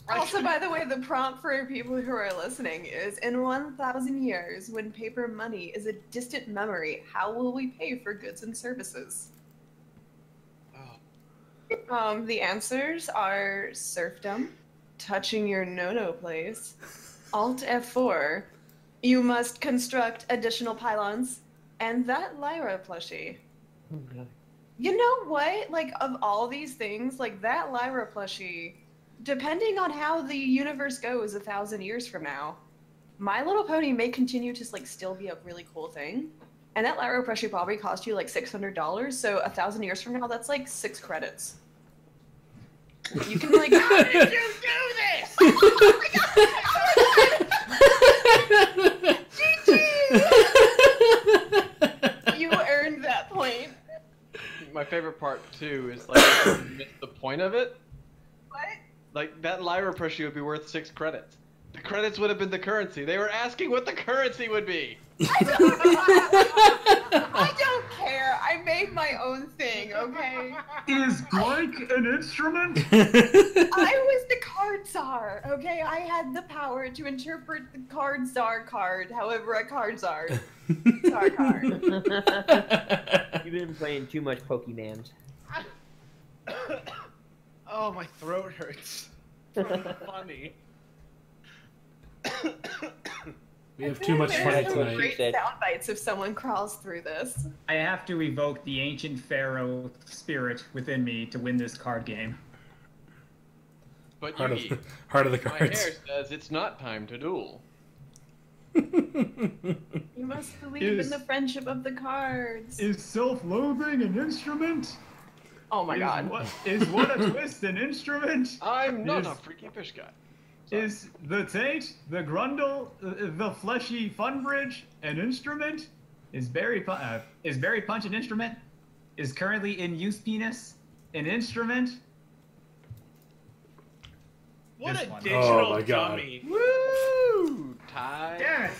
Also, by the way, the prompt for people who are listening is: In 1,000 years, when paper money is a distant memory, how will we pay for goods and services?
Oh.
Um, the answers are serfdom, touching your no-no place, Alt F4. You must construct additional pylons, and that Lyra plushie.
Oh, God.
You know what? Like of all these things, like that Lyra plushie, depending on how the universe goes a thousand years from now, My Little Pony may continue to like still be a really cool thing. And that Lyra plushie probably cost you like six hundred dollars. So a thousand years from now, that's like six credits. You can like
Did you do this?
you earned that point.
My favorite part too is like you miss the point of it.
What?
Like that Lyra pressure would be worth six credits. The credits would have been the currency. They were asking what the currency would be.
I don't care. I made my own thing, okay?
Is Greek an instrument?
I was the card czar, okay? I had the power to interpret the card czar card, however, a card czar. czar card.
You've been playing too much Pokemans.
oh, my throat hurts. From the funny.
we have too much
There's
fun
some
tonight.
Great sound bites if someone crawls through this.
I have to evoke the ancient pharaoh spirit within me to win this card game.
But
Heart
Yugi,
of, heart of the
my hair
cards.
says it's not time to duel.
You must believe
Is-
in the friendship of the cards.
Is self-loathing an instrument?
oh my god.
What, is what a twist an instrument?
I'm not
Yes.
a freaky fish guy.
Is the Tate, the Grundle, uh, the fleshy Funbridge an instrument? Is Barry Pu- uh, is Barry Punch an instrument? Is currently in use penis an instrument?
What
This
a
one.
digital
Oh, my God.
dummy.
Woo! Tie.
Damn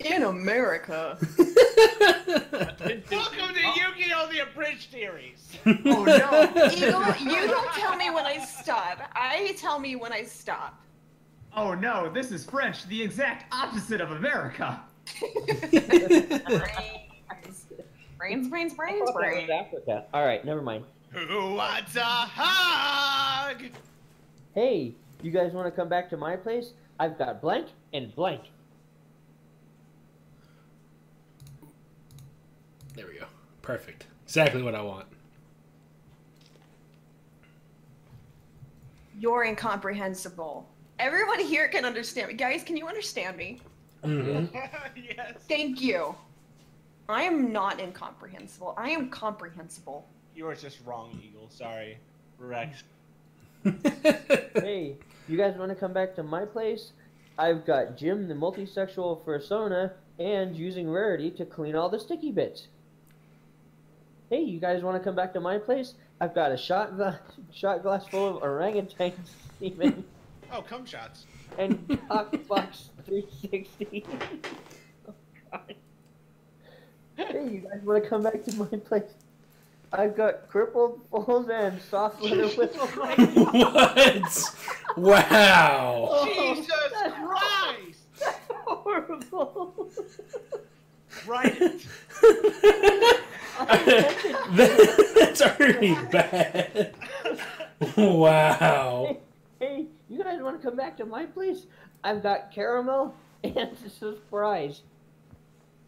it!
In America.
Welcome to Yu-Gi-Oh! The Abridged Series.
Oh no!
You don't, you don't tell me when I stop. I tell me when I stop.
Oh no! This is French, the exact opposite of America.
brains, brains, brains, brains. brains.
Africa. All right, never mind.
Who wants a hug?
Hey, you guys want to come back to my place? I've got blank and blank.
There we go. Perfect. Exactly what I want.
You're incomprehensible. Everyone here can understand me. Guys, can you understand me?
hmm
Mm-hmm. yes.
Thank you. I am not incomprehensible. I am comprehensible.
You are just wrong, Eagle. Sorry. Rex.
Hey, you guys want to come back to my place? I've got Jim, the multisexual persona, and using rarity to clean all the sticky bits. Hey, you guys want to come back to my place? I've got a shot glass, shot glass full of orangutan semen
Oh, cum shots.
and Cockbox 360. Oh, God. Hey, you guys want to come back to my place? I've got crippled foals and soft leather whistle.
what? Wow.
Oh.
Jesus Christ!
Horrible. horrible.
Right.
That's already bad. Wow.
hey, you guys want to come back to my place? I've got caramel and a surprise.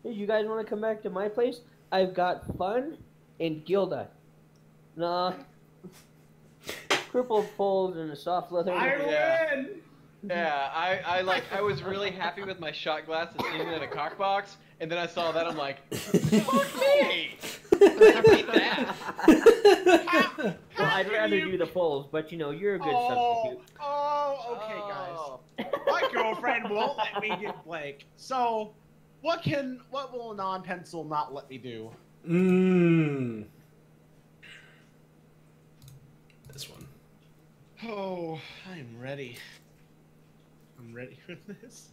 Hey, you guys want to come back to my place? I've got fun and Gilda. Nah. Crippled poles and a soft leather.
I
Yeah.
win.
Yeah, I, I like I was really happy with my shot glass that's even in a cockbox, and then I saw that I'm like, fuck me! I beat that.
Well, I'd
How
rather
you-
do the poles, but you know, you're a good
oh,
substitute.
oh, okay,
Oh.
guys. My girlfriend won't let me get blank. So, what can what will a non-pencil not let me do?
Mmm. This one.
Oh, I'm ready. I'm ready for this.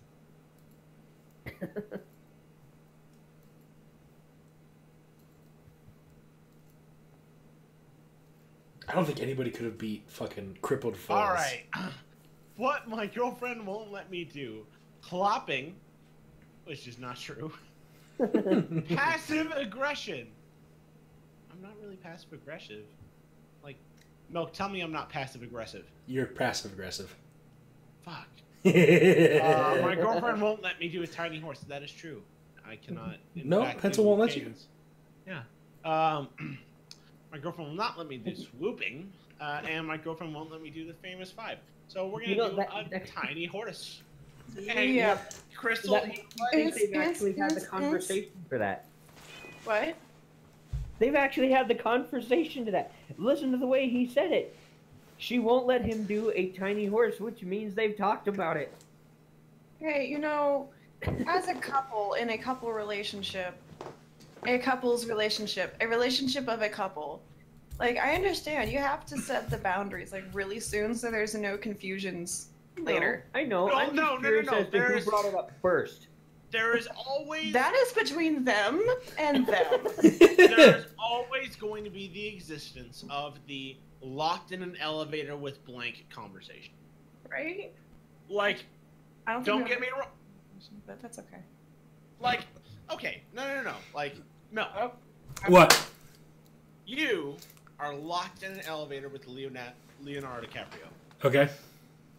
I don't think anybody could have beat fucking crippled foes.
All right. What my girlfriend won't let me do: clopping, which is not true. passive aggression. I'm not really passive aggressive. Like, Milk, tell me I'm not passive aggressive.
You're passive aggressive.
Fuck. Uh, my
no,
girlfriend won't let me do a tiny horse. That is true. I cannot. in
No,
fact,
pencil
do
won't let you.
cadence. Yeah. Um, my girlfriend will not let me do swooping, uh, and my girlfriend won't let me do the famous five. So we're gonna
You know,
do
that-
a
that-
tiny horse. And
Yeah.
Crystal,
That-
you-
I think they've
they've
Yes, actually
actually
had
had
yes,
the
the yes.
conversation
conversation
for that.
What?
They've actually had the conversation to that. Listen to the way he said it. She won't let him do a tiny horse, which means they've talked about it.
Hey, you know, as a couple in a couple relationship, a couple's relationship, a relationship of a couple, like I understand you have to set the boundaries like really soon so there's no confusions later.
I know.
No,
I'm just
no, no, no,
curious
no,
as to
there's-
who brought it up first.
there is always
That is between them and them.
there's always going to be the existence of the locked in an elevator with blank conversation.
right?
Like,
I don't think
don't
we
get
have
me wrong.
permission, but that's okay.
Like, okay, no, no, no. Like, no.
What?
You are locked in an elevator with Leonardo, Leonardo DiCaprio.
Okay.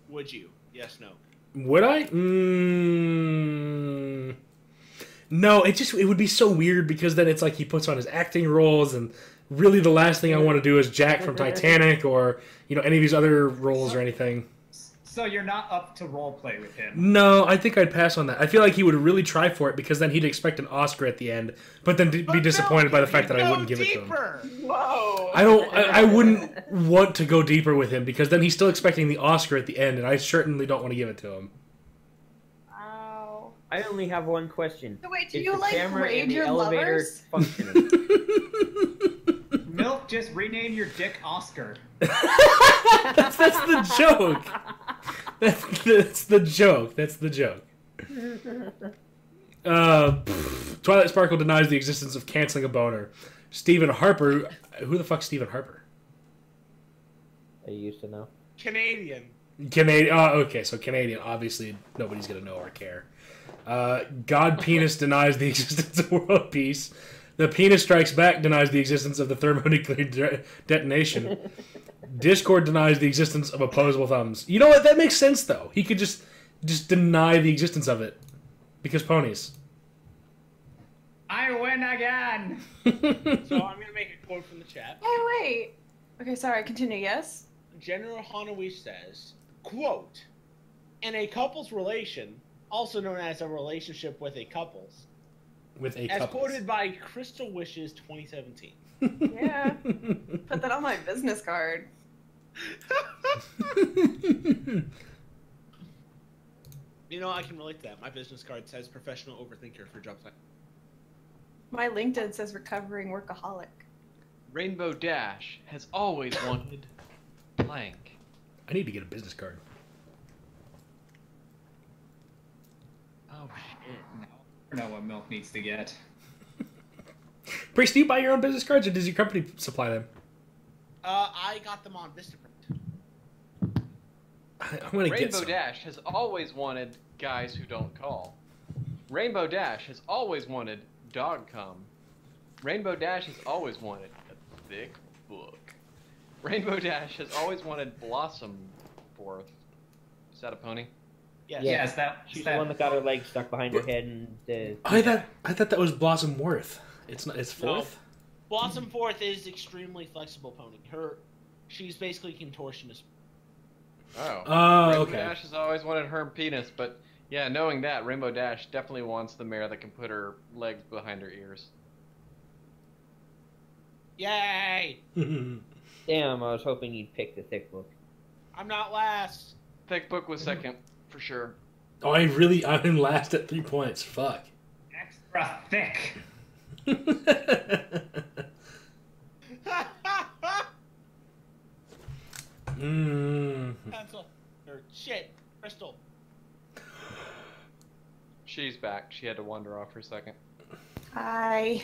Would you? Yes, no.
Would I? Mm, no, it just it would be so weird because then it's like he puts on his acting roles, and really the last thing I want to do is Jack from Titanic or you know any of these other roles or anything.
So you're not up to role play with him.
No, I think I'd pass on that. I feel like he would really try for it because then he'd expect an Oscar at the end, but then d-
But
be
no,
disappointed by the fact that I
go
wouldn't give it to him.
deeper.
Whoa.
I don't. I, I wouldn't want to go deeper with him because then he's still expecting the Oscar at the end, and I certainly don't want to give it to him.
Wow.
I only have one question.
So wait, do
Is
you
the
like
camera in
raid
the
your
elevator
lovers?
functioning?
Milk, just rename your dick Oscar.
That's, that's the joke. That's, that's the joke. That's the joke. Uh, pfft. Twilight Sparkle denies the existence of canceling a boner. Stephen Harper. Who the fuck's Stephen Harper?
I used to know.
Canadian.
Canadian. Oh, okay, so Canadian. Obviously, nobody's gonna know or care. Uh, God penis denies the existence of world peace. The penis strikes back denies the existence of the thermonuclear de- detonation. Discord denies the existence of opposable thumbs. You know what? That makes sense though. He could just just deny the existence of it because ponies.
I win again.
So I'm gonna make a quote from the chat.
Hey, wait. Okay, sorry, continue, yes?
General Hanoi says, "Quote: In a couple's relation, also known as a relationship with a couple's,
With a
as
couple.
quoted by Crystal Wishes 2017."
Yeah. Put that on my business card.
You know, I can relate to that. My business card says "professional overthinker" for job site.
My LinkedIn says recovering workaholic.
Rainbow Dash has always wanted blank.
I need to get a business card.
Oh shit.
I don't know what Milk needs to get.
Priest, do you buy your own business cards or does your company supply them?
Uh, I got them on Vistaprint.
I, I'm gonna get
Rainbow
some.
Dash has always wanted guys who don't call. Rainbow Dash has always wanted dog cum. Rainbow Dash has always wanted a thick book. Rainbow Dash has always wanted Blossom Forth. Is that a pony?
Yes.
Yeah.
Yes, that,
She's the
that
one that got her leg stuck behind her head and the.
I thought I thought that was Blossom Worth. It's not. It's
No.
fourth.
Blossom Forth is extremely flexible pony. Her, she's basically contortionist.
Oh.
Oh,
Rainbow
okay.
Dash has always wanted her penis, but yeah, knowing that, Rainbow Dash definitely wants the mare that can put her legs behind her ears.
Yay!
Damn, I was hoping you'd pick the thick book.
I'm not last.
Thick Book
Mm-hmm.
was second, for sure.
oh, I really I'm last at three points. Fuck.
extra thick.
mm. Hmm.
Pencil. Or shit. Crystal.
She's back. She had to wander off for a second.
Hi.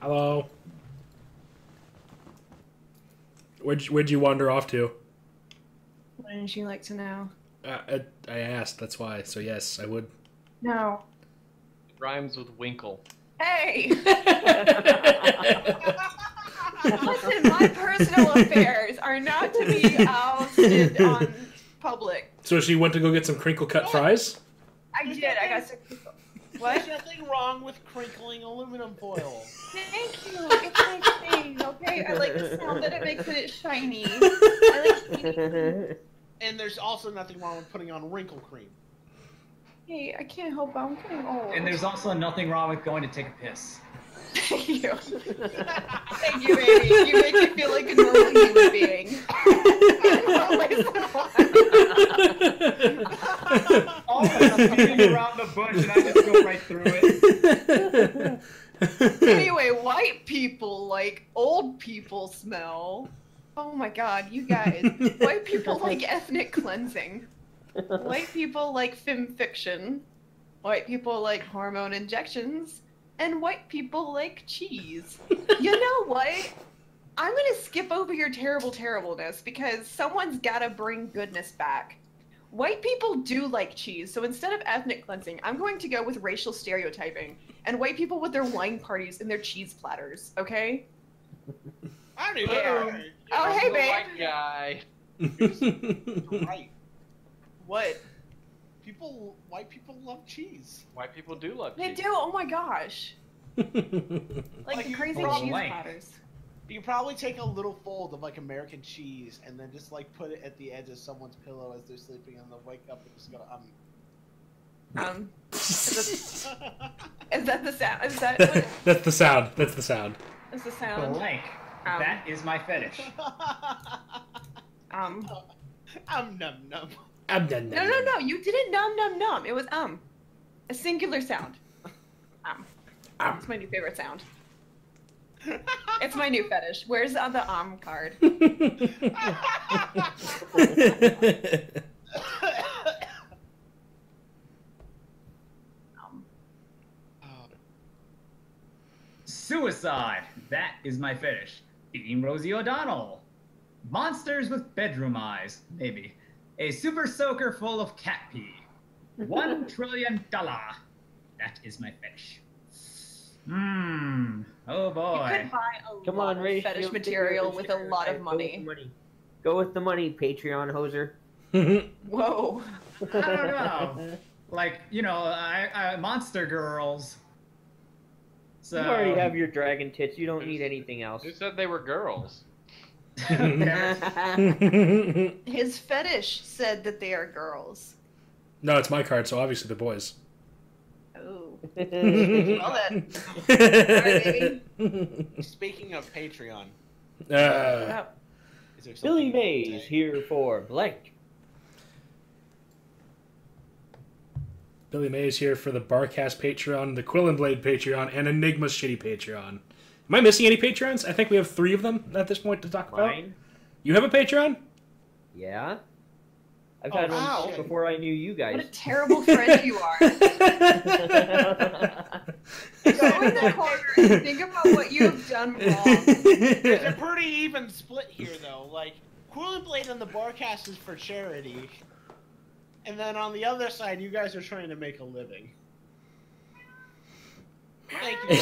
Hello. Where'd you, where'd you wander off to?
Wouldn't you like to know?
Uh, I, I asked. That's why. So yes, I would.
No.
It rhymes with Winkle.
Hey! Listen, my personal affairs are not to be ousted on public.
so she went to go get some crinkle cut fries.
I did. I got sick. What?
There's nothing wrong with crinkling aluminum foil.
Thank you. It's my thing. Okay, I like the sound that it makes when it's shiny. I like
and there's also nothing wrong with putting on wrinkle cream.
Hey, I can't help it. I'm getting old.
And there's also nothing wrong with going to take a piss.
Thank you. Thank you, baby. You make me feel like a normal human being.
All I'm beating around the bush and I just go right through it.
anyway, white people like old people smell. Oh my god, you guys. White people like ethnic cleansing. White people like film fiction. White people like hormone injections. And white people like cheese. you know what? I'm gonna skip over your terrible terribleness because someone's gotta bring goodness back. White people do like cheese, so instead of ethnic cleansing, I'm going to go with racial stereotyping and white people with their wine parties and their cheese platters, okay?
I don't even
Yeah.
know.
Oh,
I'm
hey,
the
babe.
White guy.
Right.
What?
People, white people love cheese.
White people do love
They
cheese.
do, oh my gosh. Like,
Like
the
you
crazy
throw
cheese
away.
platters.
You could probably take a little fold of like American cheese and then just like put it at the edge of someone's pillow as they're sleeping, and they'll wake up and just go,
Um, is,
um.
that, is that the sound? Is that what it-
That's the sound. That's the sound.
is the
The
Oh,
sound?
lake.
Um,
That is my fetish.
Um,
I'm um, num num.
I'm done.
no, no, no, you didn't num num num. It was um. A singular sound. Um.
Um.
It's my new favorite sound. it's my new fetish. Where's the other um card? Um,
Suicide. That is my fetish. Being Rosie O'Donnell. Monsters with bedroom eyes, maybe. A super soaker full of cat pee. One trillion dollar. That is my fetish. Hmm. Oh
you
boy.
could buy a
Come
lot
on,
of
raise
fetish
your
material
figure
with a lot of
Go with the
money.
Go with the money, Patreon hoser.
Whoa.
I don't know. Like you know, I, I monster girls. So
You already have your dragon tits. You don't
Who's-
need anything else.
Who said they were girls?
His fetish said that they are girls.
no, it's my card, so obviously the boys.
Oh.
well
then.
Speaking of Patreon,
uh,
is there something
Billy
you wanna
Mays
say?
here for blank.
Billy May is here for the Barcast Patreon, the Quill and Blade Patreon, and Enigma's shitty Patreon. Am I missing any Patreons? I think we have three of them at this point to talk about.
Mine?
You have a Patreon?
Yeah. I've
Oh,
had
wow.
one since before I knew you
What a
guys.
terrible friend you are. Go in the corner and think about what you have done wrong.
It's a pretty even split here, though. Like, Quill and Blade on the Barcast is for charity. And then on the other side, you guys are trying to make a living. Thank you.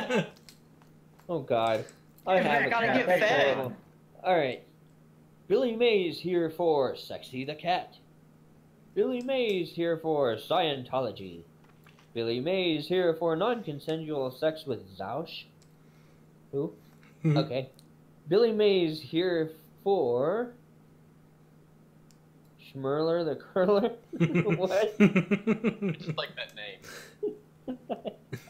Oh God, I
Yeah,
have
I
a
gotta
cat.
get
That's
fed.
horrible. All right, Billy Mays here for Sexy the Cat. Billy Mays here for Scientology. Billy Mays here for non-consensual sex with Zoush. Who?
Hmm.
okay. Billy Mays here for Schmerler the Curler. what?
I just like that name.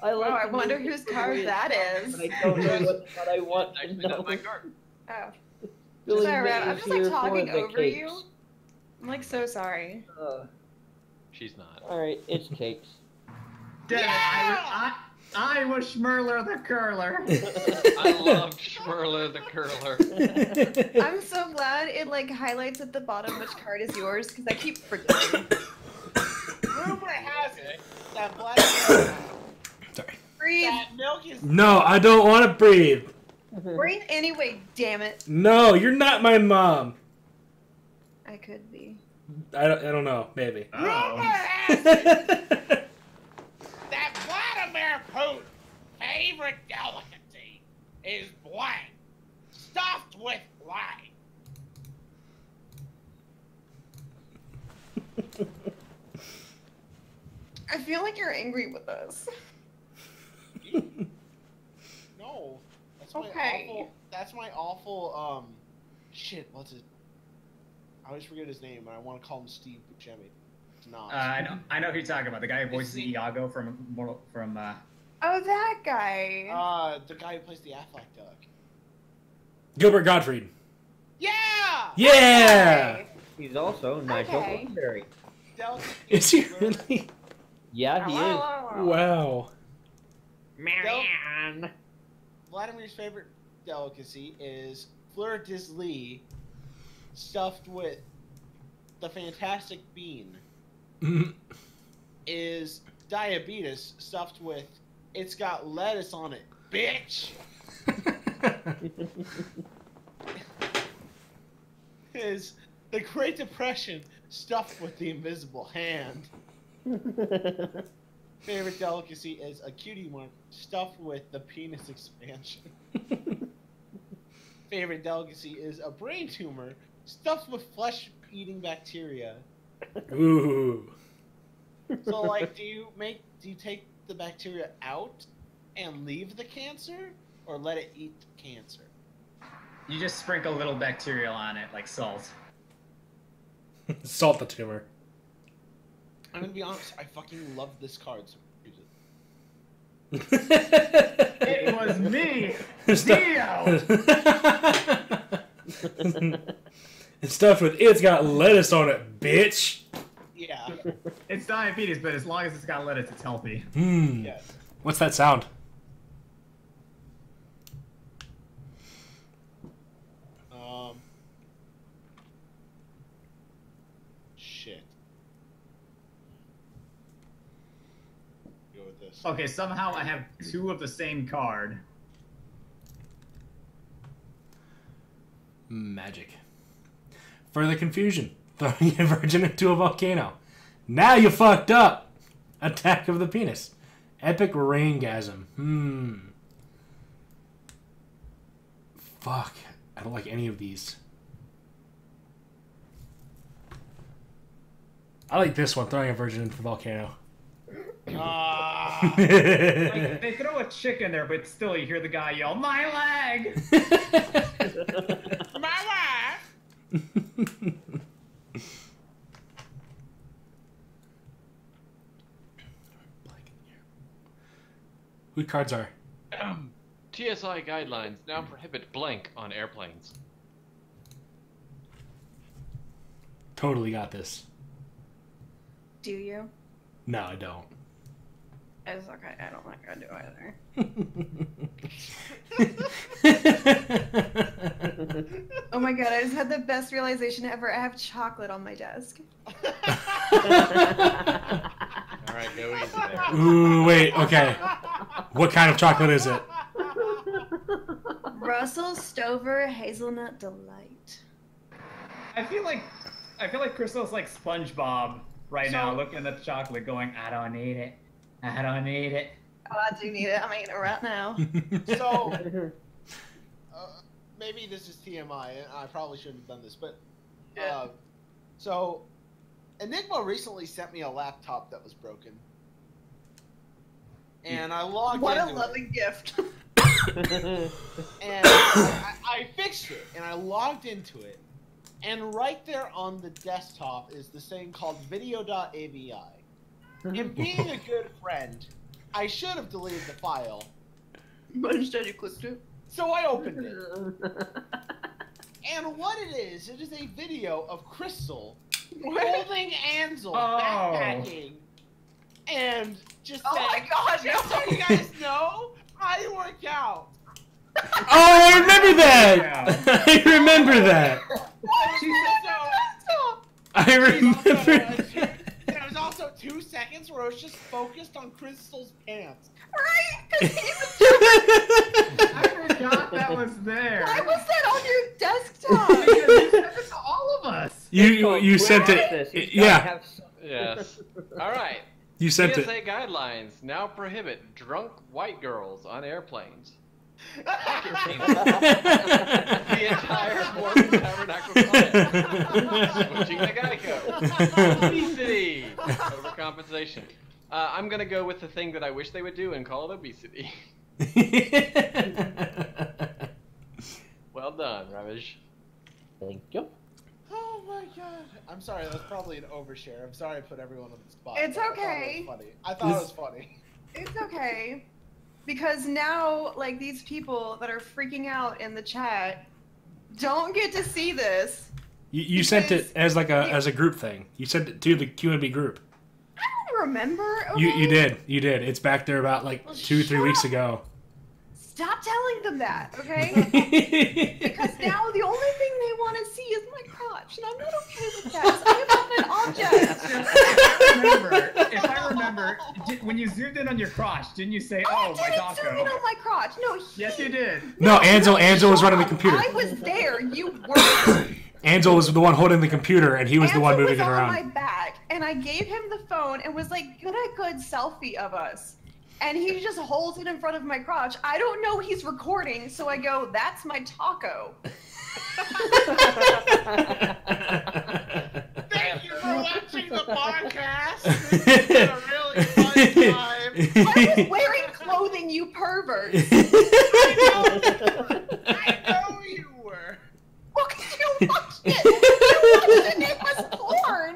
I
Oh,
like.
I
the
wonder
name.
whose car that is.
But I don't know what, what I want
It's actually
to know.
not my garden.
Oh,
Billy
sorry, Rab, I'm
Mays
just like
here for
talking
the
over you.
cakes.
I'm like so sorry.
Uh,
She's not.
all right, it's cakes.
Damn it! I, I, I was Schmerler the curler.
I loved Schmerla the curler.
I'm so glad it like highlights at the bottom which card is yours because I keep forgetting.
Rumor has it that black that
Breathe,
milk is
no, I don't want to breathe.
breathe anyway. Damn it,
No, you're not my mom.
I could be.
I don't, I don't know. Maybe.
rumor
Oh,
has it that Vladimir Putin's favorite delicacy is wine, stuffed with wine.
I feel like you're angry with us.
No, that's my
Okay.
awful. That's my awful. Um, shit. What's it? I always forget his name, and I want to call him Steve Buscemi. It's not.
uh, I know, I know who you're talking about. The guy who voices
he-
Iago from Mortal- from. Uh,
Oh, that guy.
Oh,
Uh, the guy who plays the Affleck duck.
Gilbert Gottfried.
Yeah.
Yeah.
He's also Nigel
Okay.
Bloomberry.
Delicacy
Is he really?
Yeah, he is.
Wow.
Marianne. Vladimir's favorite delicacy is fleur de lis, stuffed with the fantastic bean.
Mm.
Is diabetes stuffed with? It's got lettuce on it, bitch. Is the Great Depression stuffed with the invisible hand? Favorite delicacy is a cutie mark stuffed with the penis expansion. Favorite delicacy is a brain tumor stuffed with flesh eating bacteria.
Ooh.
So like do you make do you take the bacteria out and leave the cancer or let it eat the cancer?
you just sprinkle a little bacterial on it, like salt.
Salt the tumor.
I'm gonna be honest, I fucking love this card so use it.
It was me.
Stuff- It's stuffed with it's got lettuce on it, bitch.
Yeah.
It's diabetes, but as long as it's got lettuce, it's healthy.
Hmm.
Yes.
What's that sound?
Um shit. Go with this.
Okay, somehow I have two of the same card.
Magic. Further confusion. Throwing a virgin into a volcano. Now you fucked up. Attack of the penis. Epic raingasm. Hmm. Fuck. I don't like any of these. I like this one, throwing a virgin into the volcano.
Ah,
Like, they throw a chick in there, but still you hear the guy yell, "My leg!"
my wife!
Who cards are?
Um, TSI guidelines now prohibit blank on airplanes.
Totally got this.
Do you?
No, I don't.
It's okay. I don't think I do either. Oh my god! I just had the best realization ever. I have chocolate on my desk.
All right, go easy there.
Ooh, wait, okay. What kind of chocolate is it?
Russell Stover Hazelnut Delight.
I feel like
I feel like Crystal's like SpongeBob right now,
So-
looking at the chocolate, going, "I don't need it. I don't need it."
Oh, I do need it. I'm eating it right now.
So uh, maybe this is TMI, and I probably shouldn't have done this, but uh, so Enigma recently sent me a laptop that was broken, and I logged
What a
into it,
lovely gift. Oh
and I, I fixed it, and I logged into it, and right there on the desktop is this thing called Video.avi. And being a good friend, I should have deleted the file,
but instead, you clicked it.
so I opened it. And what it is, it is a video of Crystal holding
Oh.
Ansel backpacking. And just
Oh my
saying,
gosh,
just so you guys know, I work out.
Oh, I remember that. I remember that. I remember. that.
There was also two seconds where I was just focused on Crystal's pants.
Right? 'Cause he's-
I forgot that was there.
Why was that on your
Because
desktop?
this happened to all of us.
you you, you sent it.
This, he's gotta
Yeah.
have some-
Yes. All right.
You sent it.
TSA guidelines now prohibit drunk white girls on airplanes.
Oh
The entire board of Tabernacle Club. Switching to Geico. Obesity. Overcompensation. Uh, I'm gonna go with the thing that I wish they would do and call it obesity. well done, Ravish.
Thank you.
Oh my god. I'm sorry, that's probably an overshare. I'm sorry I put everyone on the spot.
It's
but
okay.
I thought it was
This-
funny.
It's okay. Because now, like, these people that are freaking out in the chat don't get to see this.
you, you sent it
Because-
as like a as a group thing. You sent it to the QNB group.
I don't remember. Okay?
You you did you did. It's back there about like
Well,
two three
shut
weeks
up.
ago.
Stop telling them that, okay? Because
Because
now the only thing they want to see is my crotch, and I'm not okay with that. 'cause I am not an object.
If I remember, if I remember did, when you zoomed in on your crotch, didn't you say,
Oh,
"Oh,
I
my
didn't zoom in
taco"?
on my crotch. No, he,
Yes, you did.
no, Ansel Ansel was running the computer.
I was there. You were.
Ansel was the one holding the computer, and he was the one
Ansel
moving it
was on
around.
my back, and I gave him the phone and was like, "Get a good selfie of us." And he just holds it in front of my crotch. I don't know he's recording, so I go, "That's my taco."
Thank you for watching the podcast. This has been a really fun time.
I was wearing clothing, you pervert.
I know you were.
Well, 'cause you watched it. You watched it. It was porn.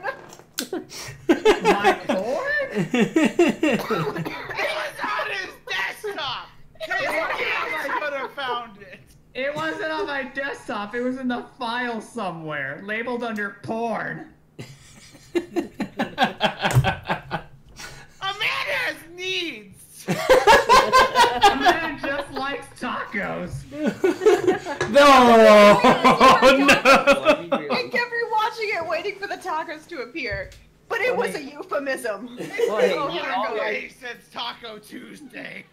My lord.
It was on his desktop. Hey, I could have found it.
It wasn't on my desktop. It was in the file somewhere, labeled under porn.
A man has needs.
A man just likes tacos.
no, no.
I kept rewatching it, waiting for the tacos to appear. But it was a euphemism.
Well, hey,
Over
we,
and
all,
over.
Hey, since Taco Tuesday.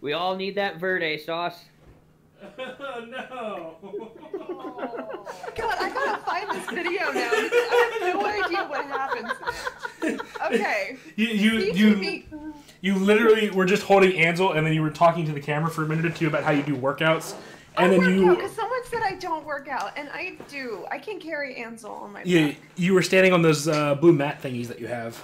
we all need that verde sauce.
God, I gotta find this video now because I have no idea what happens. in it. Okay,
You you you,
CTV.
you literally were just holding Ansel, and then you were talking to the camera for a minute or two about how you do workouts, and
I
then
work
you
because someone said I don't work out, and I do. I can carry Ansel on my
you
back.
you were standing on those uh, blue mat thingies that you have.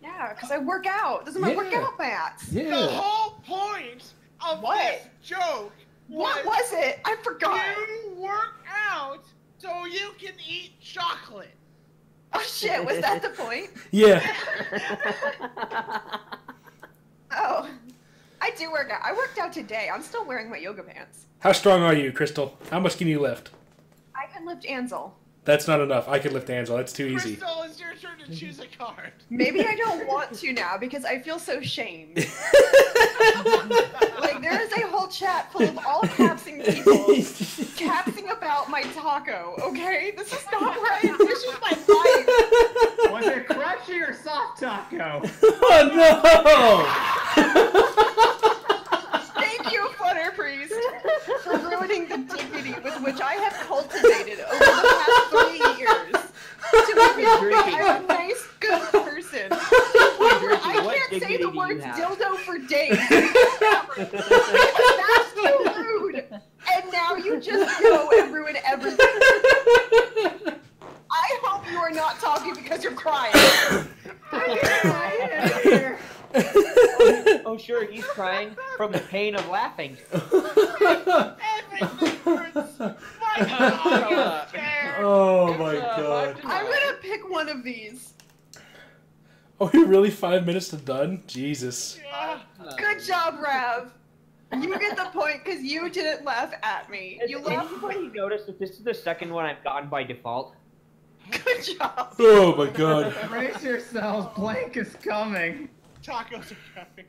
Yeah, because I work out. Those are my
Yeah.
workout mats.
The whole point of
What?
this joke
What was it? I forgot.
you work out so you can eat chocolate.
Oh shit, was that the point?
Yeah.
Oh, I do work out. I worked out today. I'm still wearing my yoga pants.
How strong are you, Crystal? How much can you lift?
I can lift Ansel.
That's not enough. I could lift Ansel. That's too easy.
Crystal, it's your turn to choose a card.
Maybe I don't want to now because I feel so shamed. like there is a whole chat full of all capsing people capsing about my taco. Okay, this is not right. This is my life.
Was it crunchy or soft taco?
oh
Thank you, Flutter Priest, for ruining the dignity with which I have cultivated over the past three years. to be
drinking.
I'm a nice, good person.
What
I can't say
dignity
the
do you
words
have?
dildo for days. That's too rude. And now you just go and ruin everything. I hope you are not talking because you're crying. I'm crying here.
Oh, sure, he's crying from the pain of laughing.
Uh,
oh my
it's, uh,
god.
five to
I'm
nine.
gonna pick one of these.
Are we really five minutes to done? Jesus.
uh,
Good job, Rav. You get the point because you didn't laugh at me.
Has
You laughed.
anybody noticed that this is the second one I've gotten by default?
Good job.
Oh my god.
Brace yourselves, Blank is coming.
Tacos are coming.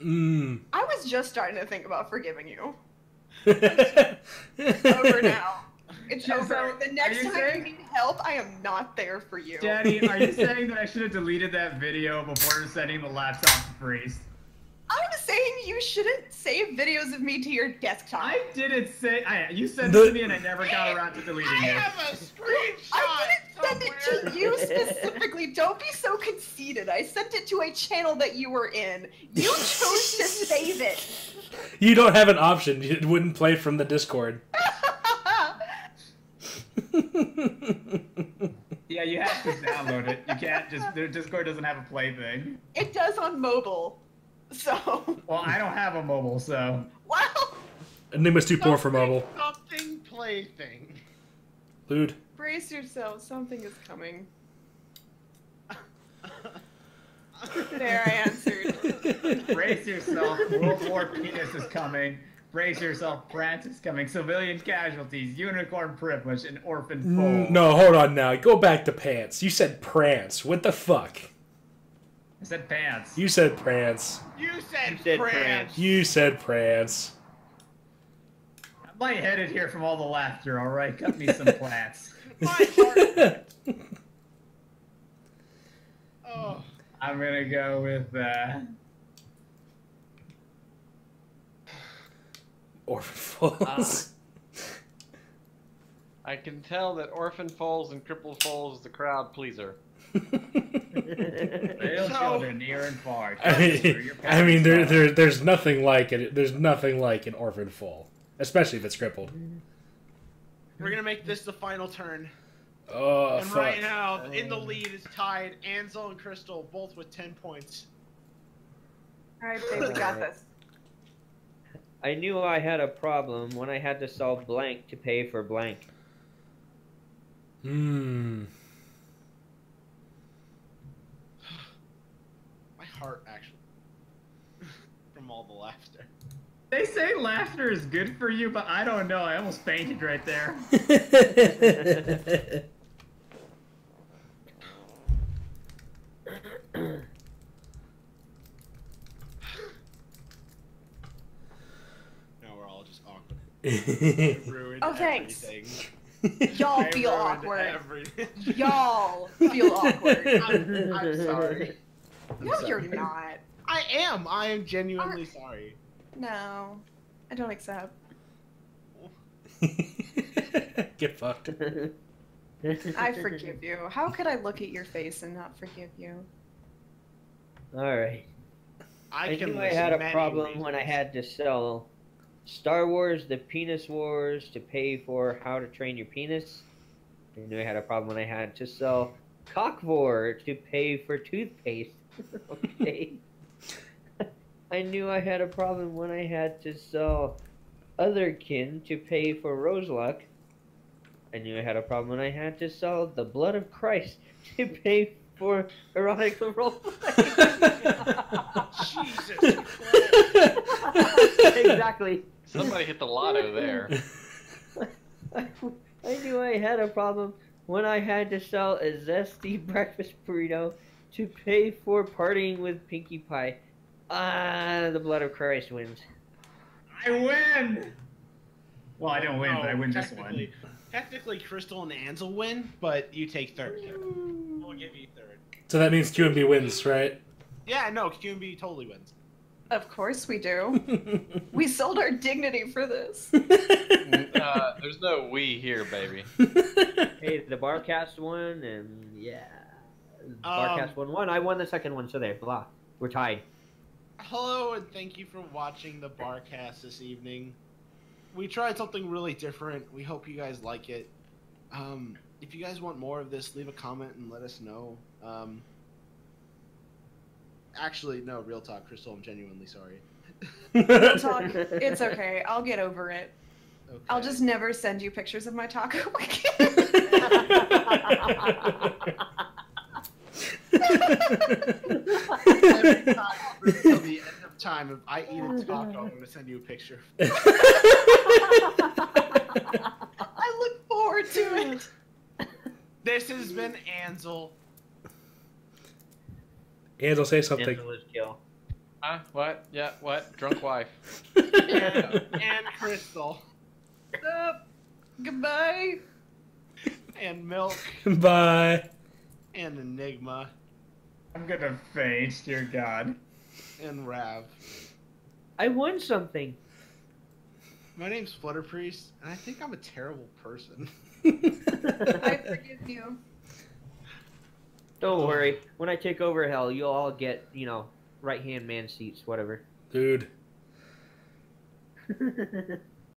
Mm.
I was just starting to think about forgiving you. It's over
Over
now. It's
She's
over.
out.
The
Are
next
you
time
saying-
you need help, I am not there for you.
Daddy, are you saying that I should have deleted that video before setting the laptop to freeze?
I'm saying you shouldn't save videos of me to your desktop.
I didn't say. I, you sent
The-
it to me, and I never got around to
I
deleting it.
have a
I
screenshot
didn't send it to you specifically. Don't be so conceited. I sent it to a channel that you were in. You chose to save it.
You don't have an option. It wouldn't play from the Discord.
Yeah, you have to download it. You can't just. Their Discord doesn't have a play thing.
it does on mobile. So,
Well, I don't have a mobile, so
wow.
Enigma's too poor for mobile.
Something plaything.
Lewd.
Brace yourself. Something is coming. there, I answered.
brace yourself. World War Penis is coming. Brace yourself. France is coming. Civilian casualties. Unicorn privilege. An orphan fool.
Mm, No, hold on now. Go back to pants. You said prance. What the fuck?
I said pants.
You said prance.
You said,
You said
France.
You said prance.
I'm lightheaded here from all the laughter. All right, cut me some plants.
Oh,
I'm gonna go with. uh...
Orphan Falls.
I can tell that Orphan Falls and Crippled Falls is the crowd pleaser.
Uh.
Little
So-
children near and far.
I
Your
mean, I
parents
mean there,
are-
there, there's nothing like it. There's nothing like an orphan fall, especially if it's crippled.
we're gonna make this the final turn.
Oh
and
fuck!
right now, in the lead is tied Ansel and Crystal, both with ten points.
All right, babe, we got this.
I knew I had a problem when I had to solve blank to pay for blank.
Hmm.
My heart, actually, from all the laughter.
They say laughter is good for you, but I don't know. I almost fainted right there.
Now we're all just awkward.
That's
Ruined
Oh, thanks.
everything.
Y'all
I
feel
ruined
awkward.
everything.
Y'all feel awkward.
I'm, I'm sorry.
No, you're not.
I am. I am genuinely sorry.
No, I don't accept.
Get fucked.
I forgive you. How could I look at your face and not forgive you?
All right.
I,
I,
can
knew I
list
had a
many
problem when I
reasons.
had to sell Star Wars: The Penis Wars to pay for How to Train Your Penis. I knew I had a problem when I had to sell Cockvor to pay for toothpaste. okay. I knew I had a problem when I had to sell Otherkin to pay for Roseluck. I knew I had a problem when I had to sell the blood of Christ to pay for erotic roll.
Jesus.
exactly.
Somebody hit the lotto there.
I knew I had a problem when I had to sell a zesty breakfast burrito to pay for partying with Pinkie Pie. Ah, the blood of Christ wins.
I win. Well, I don't win,
No,
but I win this one.
Oh, technically- Technically, Crystal and Ansel win, but you take third. We'll give you third.
so that means QMB wins, right?
Yeah, no, QMB totally wins.
Of course we do. we sold our dignity for this.
Uh, there's no we here, baby.
Hey, the Barcast won, and yeah, Barcast won one. I won the second one, so there. Blah, we're tied.
Hello and thank you for watching the Barcast this evening. We tried something really different. We hope you guys like it. Um, if you guys want more of this, leave a comment and let us know. Um, actually, no, real talk, Crystal. I'm genuinely sorry.
Don't talk. It's okay. I'll get over it.
Okay.
I'll just never send you pictures of my taco
Every time, until the end of time, if I eat
Oh,
a taco, I'm gonna send you a picture.
I look forward to it.
This has been Ansel.
And I'll say something.
Angela's kill.
Huh? What? Yeah, what? Drunk wife.
and, and Crystal
Sup? Goodbye.
and Milk
Bye.
and Enigma
I'm gonna faint, dear God.
and Rav.
I won something.
My name's Flutter Priest, and I think I'm a terrible person.
I forgive you.
Don't worry. When I take over hell, you'll all get you know right hand man seats, whatever.
Dude.